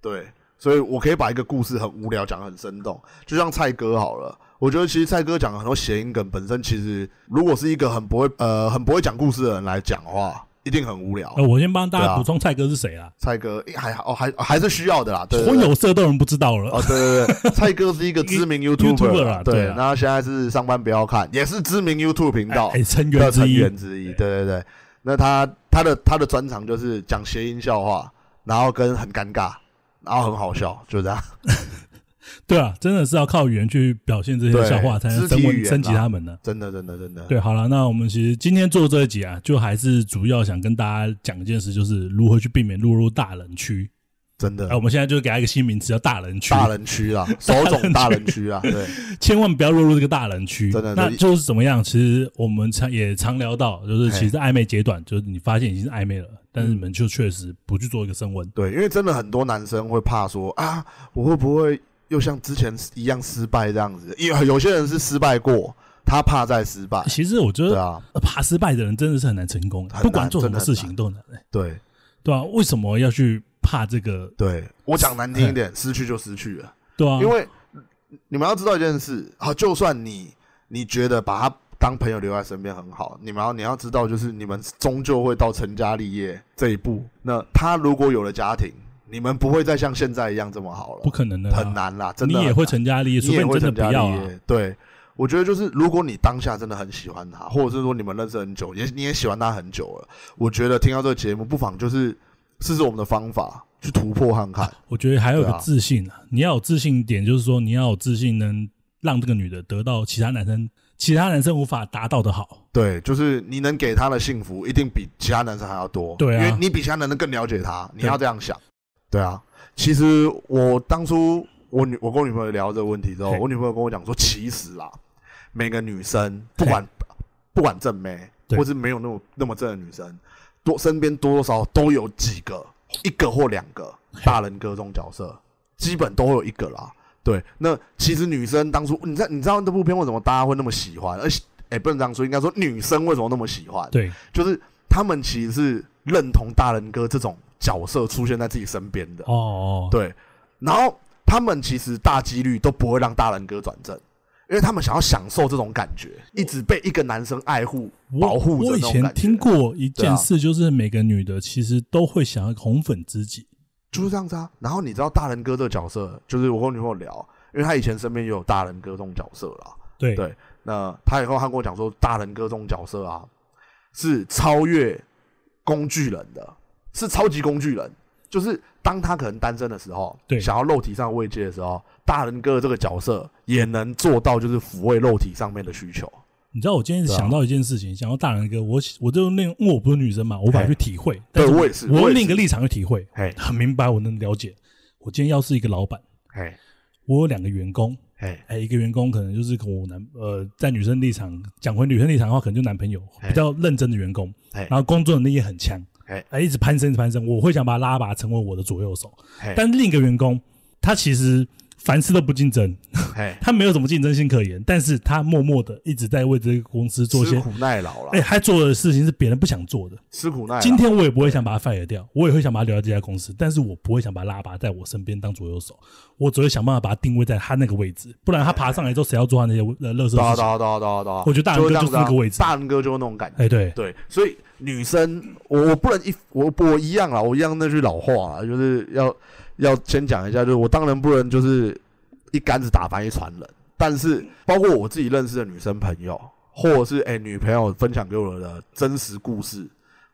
Speaker 1: 对，所以我可以把一个故事很无聊讲得很生动，就像蔡哥好了。我觉得其实蔡哥讲的很多谐音梗，本身其实如果是一个很不会呃很不会讲故事的人来讲的话，一定很无聊。
Speaker 3: 呃我先帮大
Speaker 1: 对
Speaker 3: 家
Speaker 1: 啊
Speaker 3: 补充蔡哥是谁啦，
Speaker 1: 蔡哥、诶还好哦还还是需要的啦，对对
Speaker 3: 婚
Speaker 1: 对
Speaker 3: 有色都有人不知道了，
Speaker 1: 哦，对对对，蔡哥是一个知
Speaker 3: (laughs)
Speaker 1: 名 YouTuber，
Speaker 3: YouTuber
Speaker 1: 啦
Speaker 3: 啦
Speaker 1: 对
Speaker 3: 对啊，
Speaker 1: 那他现在是上班不要看，也是知名 YouTube 频道
Speaker 3: 哎、成
Speaker 1: 的
Speaker 3: 员之
Speaker 1: 成
Speaker 3: 一，
Speaker 1: 员之一，对对对。那他他的他的专长就是讲谐音笑话，然后跟很尴尬，然后很好笑，就这样。 (laughs)
Speaker 3: 对啊，真的是要靠语言去表现这
Speaker 1: 对
Speaker 3: 些笑话，才能
Speaker 1: 肢体
Speaker 3: 升
Speaker 1: 语
Speaker 3: 温
Speaker 1: 言
Speaker 3: 升级
Speaker 1: 啦
Speaker 3: 他们呢。
Speaker 1: 真的真的真的，
Speaker 3: 对，好了，那我们其实今天做这一集啊，就还是主要想跟大家讲一件事，就是如何去避免落入大人区。
Speaker 1: 真的
Speaker 3: 哎、我们现在就给他一个新名词，叫大人区，
Speaker 1: 嗯大人区
Speaker 3: (laughs)
Speaker 1: 啦，手肿大人区啦，对，
Speaker 3: 千万不要落入这个大人区。
Speaker 1: 真的
Speaker 3: 那
Speaker 1: 真的
Speaker 3: 就是怎么样？其实我们常也常聊到，就是其实暧昧阶段，就是你发现已经是暧昧了，但是你们就确实不去做一个升温。
Speaker 1: 对，因为真的很多男生会怕说啊，我会不会又像之前一样失败这样子？有有些人是失败过，他怕再失败，
Speaker 3: 其实我觉
Speaker 1: 对
Speaker 3: 得、
Speaker 1: 啊，
Speaker 3: 呃怕失败的人真的是很难成功，
Speaker 1: 很难
Speaker 3: 不管做什
Speaker 1: 真的很
Speaker 3: 么事
Speaker 1: 难
Speaker 3: 情都很难、哎
Speaker 1: 对
Speaker 3: 对啊，为什么要去怕这个？
Speaker 1: 对，我讲难听一点，失去就失去了。
Speaker 3: 对啊，
Speaker 1: 因为你们要知道一件事啊，就算你你觉得把他当朋友留在身边很好，你们要你要知道，就是你们终究会到成家立业这一步。那他如果有了家庭，你们不会再像现在一样这么好了，
Speaker 3: 不可能的、啊，
Speaker 1: 很难啦，真的
Speaker 3: 你
Speaker 1: 很
Speaker 3: 也
Speaker 1: 难
Speaker 3: 会成家立业，除
Speaker 1: 你
Speaker 3: 非
Speaker 1: 也
Speaker 3: 你
Speaker 1: 会
Speaker 3: 真的
Speaker 1: 成家
Speaker 3: 不
Speaker 1: 立
Speaker 3: 要啊。
Speaker 1: 业。对，我觉得就是如果你当下真的很喜欢他，或者是说你们认识很久，也你也喜欢他很久了，我觉得听到这个节目，不妨就是试试我们的方法去突破看看。
Speaker 3: 我觉得还有一
Speaker 1: 对
Speaker 3: 个
Speaker 1: 啊
Speaker 3: 自信啊，你要有自信点，就是说你要有自信，能让这个女的得到其他男生其他男生无法达到的好。
Speaker 1: 对，就是你能给他的幸福，一定比其他男生还要多。
Speaker 3: 对啊
Speaker 1: 因为你比其他男生更了解他，你要这样想。对啊，其实我当初我女我跟我女朋友聊这个问题之后，
Speaker 3: 嘿
Speaker 1: 我女朋友跟我讲说，其实啦，每个女生不管不管正妹，
Speaker 3: 对
Speaker 1: 或是没有那么那么正的女生，多身边多多少少都有几个，一个或两个大人哥这种角色，基本都会有一个啦。对，那其实女生当初，你知道你知道这部片为什么大家会那么喜欢，而且哎、不能这样说，应该说女生为什么那么喜欢？
Speaker 3: 对，
Speaker 1: 就是她们其实是认同大人哥这种角色出现在自己身边的。
Speaker 3: 哦哦，
Speaker 1: 对，然后他们其实大几率都不会让大人哥转正，因为他们想要享受这种感觉，一直被一个男生爱护、保
Speaker 3: 我
Speaker 1: 护着
Speaker 3: 我
Speaker 1: 那
Speaker 3: 以
Speaker 1: 种
Speaker 3: 前
Speaker 1: 感觉
Speaker 3: 听，过一
Speaker 1: 对啊
Speaker 3: 件事，就是每个女的其实都会想要红粉知己。
Speaker 1: 就是这样子啊。然后你知道大人哥这个角色，就是我跟我女朋友聊，因为她以前身边也有大人哥这种角色啦。
Speaker 3: 对
Speaker 1: 对那她以后她跟我讲说，大人哥这种角色啊，是超越工具人的，是超级工具人。就是当他可能单身的时候，
Speaker 3: 对
Speaker 1: 想要肉体上的慰藉的时候，大人哥的这个角色也能做到，就是抚慰肉体上面的需求。
Speaker 3: 你知道我今天
Speaker 1: 对啊
Speaker 3: 想到一件事情，想到大人哥，我我就那种因为我不是女生嘛，我无法
Speaker 1: 嘿
Speaker 3: 去体会。
Speaker 1: 对
Speaker 3: 但
Speaker 1: 我也是，
Speaker 3: 我
Speaker 1: 我
Speaker 3: 用
Speaker 1: 也
Speaker 3: 另一个
Speaker 1: 是，
Speaker 3: 立场去体会，
Speaker 1: 嘿，
Speaker 3: 很明白，我能了解。我今天要是一个老板，
Speaker 1: 嘿，
Speaker 3: 我有两个员工，
Speaker 1: 嘿，
Speaker 3: 哎，一个员工可能就是跟我男呃，在女生立场讲回女生立场的话，可能就男朋友
Speaker 1: 哎
Speaker 3: 比较认真的员工，
Speaker 1: 哎
Speaker 3: 然后工作能力也很强
Speaker 1: 哎，
Speaker 3: 哎，一直攀升一直攀升，我会想把他拉拔成为我的左右手。
Speaker 1: 嘿，
Speaker 3: 但另一个员工，他其实凡事都不竞争，
Speaker 1: 嘿，
Speaker 3: 他没有什么竞争性可言，但是他默默的一直在为这个公司做一
Speaker 1: 吃
Speaker 3: 些，
Speaker 1: 苦啊耐劳
Speaker 3: 哎，
Speaker 1: 了，
Speaker 3: 他做的事情是别人不想做的。
Speaker 1: 吃苦耐劳。
Speaker 3: 今天我也不会想把他 fire 掉，我也会想把他留在这家公司，但是我不会想把他拉拔在我身边当左右手，我只会想办法把他定位在他那个位置，不然他爬上来之后，谁要做他那些呃乐色
Speaker 1: 对啊，
Speaker 3: 事
Speaker 1: 对
Speaker 3: 情？
Speaker 1: 啊，对啊，对啊，对啊。
Speaker 3: 我觉得大人哥
Speaker 1: 这样
Speaker 3: 就是那
Speaker 1: 子啊
Speaker 3: 个位置
Speaker 1: 大人哥就是那种感觉。
Speaker 3: 哎，对，
Speaker 1: 对，啊所以女生，我我不能一我我一样啦，我一样那句老话啊啦，就是要要先讲一下，就是我当然不能就是一竿子打翻一船人，但是包括我自己认识的女生朋友，或者是哎、女朋友分享给我的真实故事，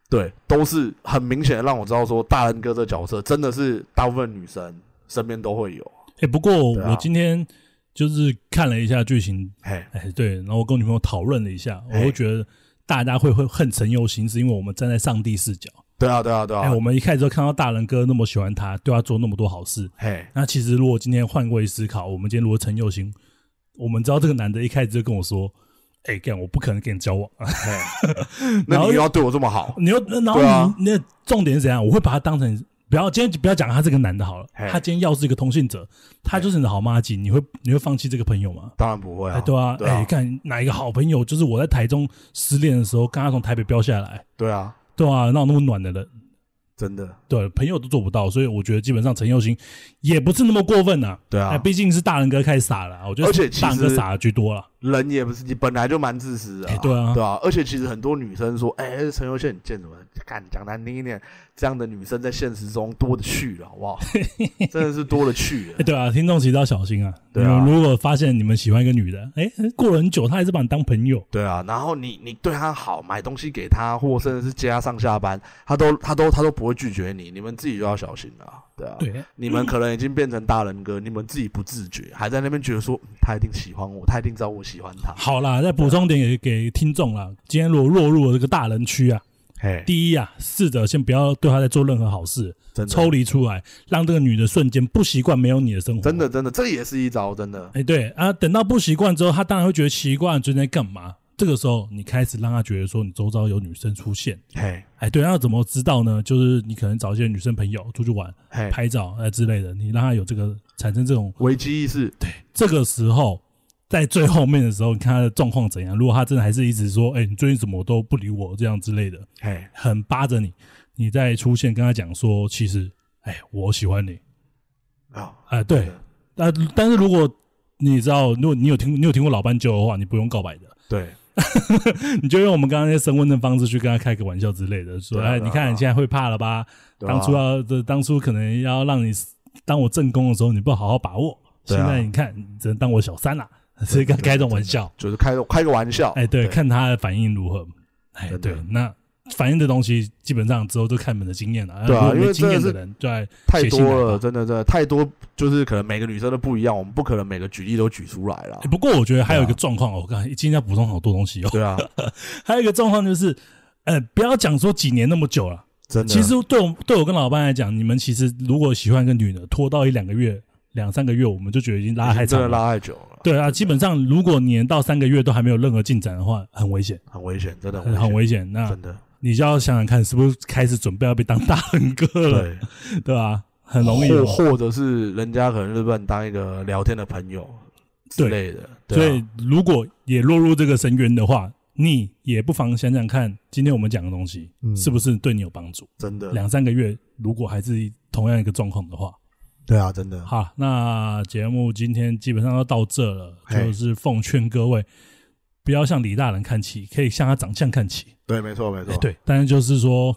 Speaker 1: 对，都是很明显的让我知道说，大人哥这角色真的是大部分女生身边都会有。
Speaker 3: 哎、不过
Speaker 1: 对啊
Speaker 3: 我今天就是看了一下剧情，
Speaker 1: 嘿，
Speaker 3: 哎，对，然后我跟我女朋友讨论了一下，我
Speaker 1: 哎
Speaker 3: 会觉得大家会会恨陈佑行，是因为我们站在上帝视角。
Speaker 1: 对啊，对啊，对
Speaker 3: 哎、
Speaker 1: 啊
Speaker 3: 我，们一开始就看到大人哥那么喜欢他，对他做那么多好事。
Speaker 1: 嘿，
Speaker 3: 那其实如果今天换位思考，我们今天如果陈佑行，我们知道这个男的一开始就跟我说：“哎、干，我不可能跟你交往。
Speaker 1: 嘿，那
Speaker 3: 然
Speaker 1: 你又
Speaker 3: 后
Speaker 1: 要对我这么好”，
Speaker 3: 你又然后
Speaker 1: 对啊
Speaker 3: 你、那重点是怎样？我会把他当成不要今天不要讲他这个男的好了，
Speaker 1: 嘿
Speaker 3: 他今天要是一个同性者，他就是你的好妈鸡，你会你会放弃这个朋友吗？
Speaker 1: 当然不会
Speaker 3: 哎，
Speaker 1: 啊，
Speaker 3: 对啊，
Speaker 1: 对
Speaker 3: 哎，
Speaker 1: 啊，
Speaker 3: 看哪一个好朋友，就是我在台中失恋的时候，刚刚从台北飙下来，
Speaker 1: 对啊，
Speaker 3: 对啊，那有那么暖的人，
Speaker 1: 真的，
Speaker 3: 对，朋友都做不到，所以我觉得基本上陈佑兴也不是那么过分呐、
Speaker 1: 对
Speaker 3: 哎，
Speaker 1: 啊，
Speaker 3: 毕竟是大人哥开始傻了啊，我觉得
Speaker 1: 而且其实
Speaker 3: 大人哥傻的居多了，
Speaker 1: 人也不是，你本来就蛮自私的、
Speaker 3: 哎对啊
Speaker 1: 对啊，而且其实很多女生说，哎、陈友宪很贱什么，干讲难听一点，这样的女生在现实中多的去了，好
Speaker 3: (laughs)
Speaker 1: 不好？真的是多了去
Speaker 3: 哎，
Speaker 1: 了。
Speaker 3: 对啊，听众其实要小心啊，
Speaker 1: 对啊
Speaker 3: 你们如果发现你们喜欢一个女的，哎，过了很久，她还是把你当朋友，
Speaker 1: 对啊，然后你你对她好，买东西给她，或甚至是接她上下班，她都她都她都不会拒绝你，你们自己就要小心了啊。对啊，
Speaker 3: 对，
Speaker 1: 你们可能已经变成大人哥，你们自己不自觉，还在那边觉得说嗯她一定喜欢我，她一定知道我喜欢她。
Speaker 3: 好啦，再补充点给
Speaker 1: 啊
Speaker 3: 给听众啦，今天如果落入了这个大人区啊，
Speaker 1: 嘿，
Speaker 3: 第一啊，试着先不要对她再做任何好事，
Speaker 1: 真的
Speaker 3: 抽离出来，让这个女的瞬间不习惯没有你的生活。
Speaker 1: 真的，真的，这也是一招，真的。
Speaker 3: 哎，对啊，等到不习惯之后，她当然会觉得奇怪，你最近在干嘛？这个时候，你开始让她觉得说你周遭有女生出现。
Speaker 1: 嘿，
Speaker 3: 哎，对，那要怎么知道呢？就是你可能找一些女生朋友出去玩、
Speaker 1: 嘿，
Speaker 3: 拍照呃之类的，你让她有这个产生这种。
Speaker 1: 危机意识，
Speaker 3: 这个时候，在最后面的时候，你看她的状况怎样？如果她真的还是一直说，哎，你最近怎么都不理我这样之类的，
Speaker 1: 嘿，
Speaker 3: 很扒着你，你再出现跟她讲说，其实，哎，我喜欢你。
Speaker 1: 啊，
Speaker 3: 哎、对，呃，但是如果你知道，如果你有听你有听过老斑鸠的话，你不用告白的， (laughs)
Speaker 1: 对，
Speaker 3: 你就用我们刚刚那些升温的方式去跟他开个玩笑之类的，说：“
Speaker 1: 对啊
Speaker 3: 哎，
Speaker 1: 对啊
Speaker 3: 你看你现在会怕了吧？
Speaker 1: 对啊
Speaker 3: 当初要这当初可能要让你当我正宫的时候，你不好好把握，
Speaker 1: 对
Speaker 3: 现
Speaker 1: 啊
Speaker 3: 在你看你只能当我小三啦、所以跟他开这种玩笑。
Speaker 1: 就是开个开个玩笑，
Speaker 3: 哎，对，看他的反应如何。哎，
Speaker 1: 真的
Speaker 3: 对，那反应的东西基本上之后就看你们的经验了。
Speaker 1: 对啊
Speaker 3: 如果没
Speaker 1: 因为
Speaker 3: 经验
Speaker 1: 真的是啊
Speaker 3: 的人，就来
Speaker 1: 太
Speaker 3: 写
Speaker 1: 多
Speaker 3: 信来吧
Speaker 1: 了，真的真的太多，就是可能每个女生都不一样，我们不可能每个举例都举出来了
Speaker 3: 哎。不过我觉得还有一个
Speaker 1: 对啊
Speaker 3: 状况，哦我刚才今天要补充好多东西哦。 (laughs)
Speaker 1: 对啊，
Speaker 3: 还有一个状况就是，呃，不要讲说几年那么久了。
Speaker 1: 真的，
Speaker 3: 其实对我对我跟老班来讲，你们其实如果喜欢一个女的，拖到一两个月、两三个月，我们就觉得已经拉太
Speaker 1: 真
Speaker 3: 长
Speaker 1: 的
Speaker 3: 了。
Speaker 1: 拉太久了，
Speaker 3: 对啊，基本上如果你连到三个月都还没有任何进展的话，很危险，
Speaker 1: 很危险，真的
Speaker 3: 很很
Speaker 1: 危
Speaker 3: 危险。嗯
Speaker 1: 险，
Speaker 3: 那
Speaker 1: 真的，
Speaker 3: 你就要想想看，是不是开始准备要被当大人哥了，
Speaker 1: 对，
Speaker 3: 对吧、很容易
Speaker 1: 或
Speaker 3: 哦。
Speaker 1: 或者是人家可能日本当一个聊天的朋友之
Speaker 3: 对
Speaker 1: 类的，
Speaker 3: 所
Speaker 1: 对
Speaker 3: 以
Speaker 1: 啊，
Speaker 3: 如果也落入这个深渊的话，你也不妨想想看，今天我们讲的东西
Speaker 1: 嗯
Speaker 3: 是不是对你有帮助？
Speaker 1: 真的，
Speaker 3: 两三个月如果还是同样一个状况的话，
Speaker 1: 对啊，真的，
Speaker 3: 好，那节目今天基本上要到这了，
Speaker 1: 嘿
Speaker 3: 就是奉劝各位不要向李大人看齐，可以向他长相看齐。
Speaker 1: 对，没错没错
Speaker 3: 哎，，对，但是就是说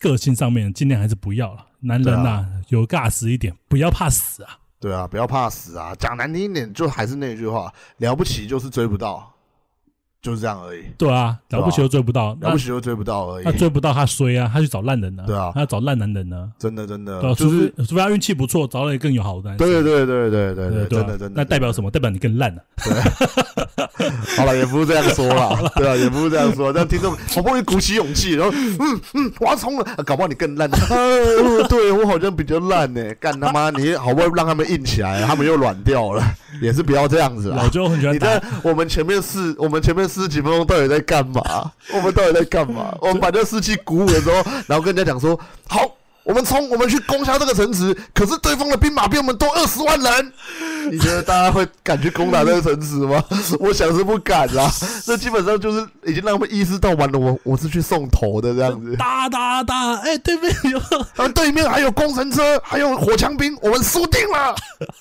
Speaker 3: 个性上面尽量还是不要了。男人呐、
Speaker 1: 对啊
Speaker 3: 有尬死一点，不要怕死啊。
Speaker 1: 对啊，不要怕死啊，讲难听一点，就还是那句话，了不起就是追不到，就是这样而已，
Speaker 3: 对啊，
Speaker 1: 对啊
Speaker 3: 了不起就追不到，
Speaker 1: 了不起就追不到而已
Speaker 3: 那，那追不到他衰啊，他去找烂人呢、
Speaker 1: 对啊
Speaker 3: 他要找烂男人呢、
Speaker 1: 真的真的
Speaker 3: 对、啊，，
Speaker 1: 就
Speaker 3: 除
Speaker 1: 是
Speaker 3: 非除非他运气不错，找了一个更有好的男生。
Speaker 1: 对对对对对对，
Speaker 3: 对啊
Speaker 1: 真的真的。
Speaker 3: 那代表什么？代表你更烂啊！
Speaker 1: 好了，也不是这样说
Speaker 3: (laughs)
Speaker 1: 啦，对啊，也不是这样说。但听众好不容易鼓起勇气，然后嗯嗯，我要冲了，啊搞不好你更
Speaker 3: (laughs)
Speaker 1: 烂。 (laughs) 啊对我好像比较烂呢，干他妈你好不容易让他们硬起来，他们又软掉了，也是不要这样子
Speaker 3: 老
Speaker 1: 啦。
Speaker 3: 周很喜欢
Speaker 1: 啊你
Speaker 3: 打
Speaker 1: 在我们前面四，我们前面四十几分钟到底在干嘛？ (laughs) 我们到底在干嘛？我们把这士气鼓舞的时候，然后跟人家讲说，好，我们冲，我们去攻下这个城池。可是对方的兵马比我们多二十万人， (laughs) 你觉得大家会敢去攻打这个城池吗？ (laughs) 我想是不敢啦。这基本上就是已经让他们意识到完了，我我是去送头的这样子。
Speaker 3: 打打打！哎、对面有
Speaker 1: 然后对面还有工程车，还有火枪兵，我们输定 (laughs) 了。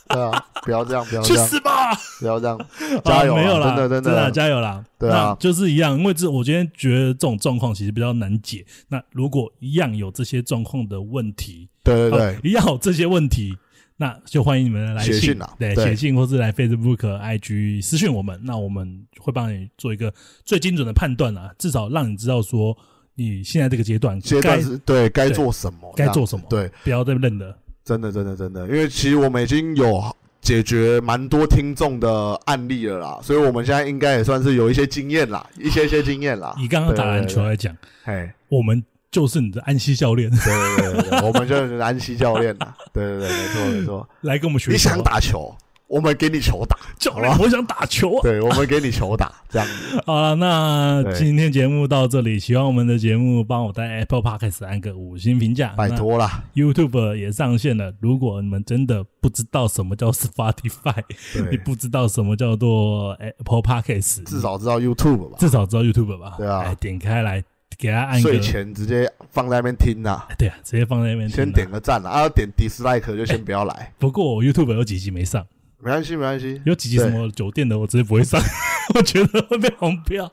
Speaker 1: 对啊，不要这样，不要这
Speaker 3: 去
Speaker 1: 样，
Speaker 3: 死吧！
Speaker 1: 不要这样， (laughs) 加油啊！
Speaker 3: 啊没有啦，
Speaker 1: 真的真
Speaker 3: 啦
Speaker 1: 的。
Speaker 3: 加油啦！
Speaker 1: 对啊
Speaker 3: 那就是一样，因为这我今天觉得这种状况其实比较难解。那如果一样有这些状况的问题，哦
Speaker 1: 对对对
Speaker 3: 啊，一样有这些问题，那就欢迎你们来
Speaker 1: 写
Speaker 3: 信
Speaker 1: 信啊
Speaker 3: 对，
Speaker 1: 对
Speaker 3: 写信或是来 Facebook、IG 私讯我们，那我们会帮你做一个最精准的判断啊，至少让你知道说你现在这个阶段
Speaker 1: 阶
Speaker 3: 该
Speaker 1: 段是对该做什么，
Speaker 3: 该做
Speaker 1: 这样子
Speaker 3: 什么
Speaker 1: 对，
Speaker 3: 不要再认了。
Speaker 1: 真的，真的，真的，因为其实我们已经有解决蛮多听众的案例了啦，所以我们现在应该也算是有一些经验
Speaker 3: (laughs)
Speaker 1: 啦，一些些经验啦。
Speaker 3: 以刚刚打篮球
Speaker 1: 对，
Speaker 3: 来讲，
Speaker 1: 哎，
Speaker 3: 我们就是你的安西教练，
Speaker 1: 嘿对对对对，对我们就是安西教练
Speaker 3: (laughs)
Speaker 1: 啦，对对对，没错没错。
Speaker 3: 来跟我们学。
Speaker 1: 你想打球，我们给你球
Speaker 3: (laughs)
Speaker 1: 打，
Speaker 3: 教
Speaker 1: 好
Speaker 3: 练，我想打球 (laughs) 啊！
Speaker 1: 对，我们给你球打，这样子。
Speaker 3: 好了，那
Speaker 1: 对
Speaker 3: 今天节目到这里，喜欢我们的节目，帮我在 Apple Podcast 按个五星评价，
Speaker 1: 拜托啦，
Speaker 3: 那，YouTube 也上线了。如果你们真的不知道什么叫 Spotify，你
Speaker 1: 对，
Speaker 3: 不知道什么叫做 Apple Podcast，
Speaker 1: 至少知道 YouTube 吧，
Speaker 3: 至少知道 YouTube 吧？
Speaker 1: 对啊
Speaker 3: 哎点开来给他按个
Speaker 1: 睡，前直接放在那边听啦，
Speaker 3: 哎对啊，直接放在那边听啊
Speaker 1: 先点。个赞啦，啊，点 dislike 就先不要来，
Speaker 3: 不过我 YouTube 有几集没上，
Speaker 1: 没关系没关系，
Speaker 3: 有几集什么酒店的我直接不会上， (laughs) 我觉得会被红标，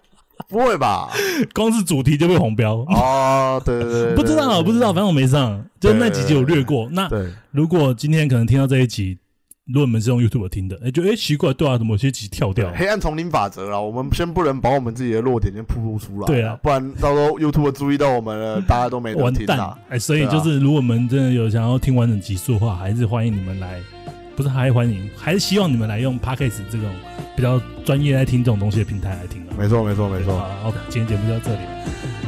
Speaker 1: 不会吧？
Speaker 3: 光是主题就被红标。
Speaker 1: 哦，对对对对，
Speaker 3: 不知道，不知道，反正我没上，就那几集我略过。那
Speaker 1: 对，
Speaker 3: 如果今天可能听到这一集，如果你们是用 YouTube 听的，哎、就哎、奇怪，对啊，某些集跳掉
Speaker 1: 对，，黑暗丛林法则啦，我们先不能把我们自己的弱点先暴露出来，
Speaker 3: 对啊
Speaker 1: 不然到时候 YouTube 注意到我们了，大家都没得
Speaker 3: 完
Speaker 1: 听
Speaker 3: 蛋
Speaker 1: 啦。！
Speaker 3: 哎、所以
Speaker 1: 对啊
Speaker 3: 就是如果我们真的有想要听完整集数的话，还是欢迎你们来，不是还欢迎，还是希望你们来用 Podcast 这种比较专业来听这种东西的平台来听啊。
Speaker 1: 没错，没错，没
Speaker 3: 对
Speaker 1: 错，
Speaker 3: 吧好的，今天节目就到这里，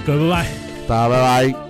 Speaker 3: 各位拜拜。
Speaker 1: 大家拜拜。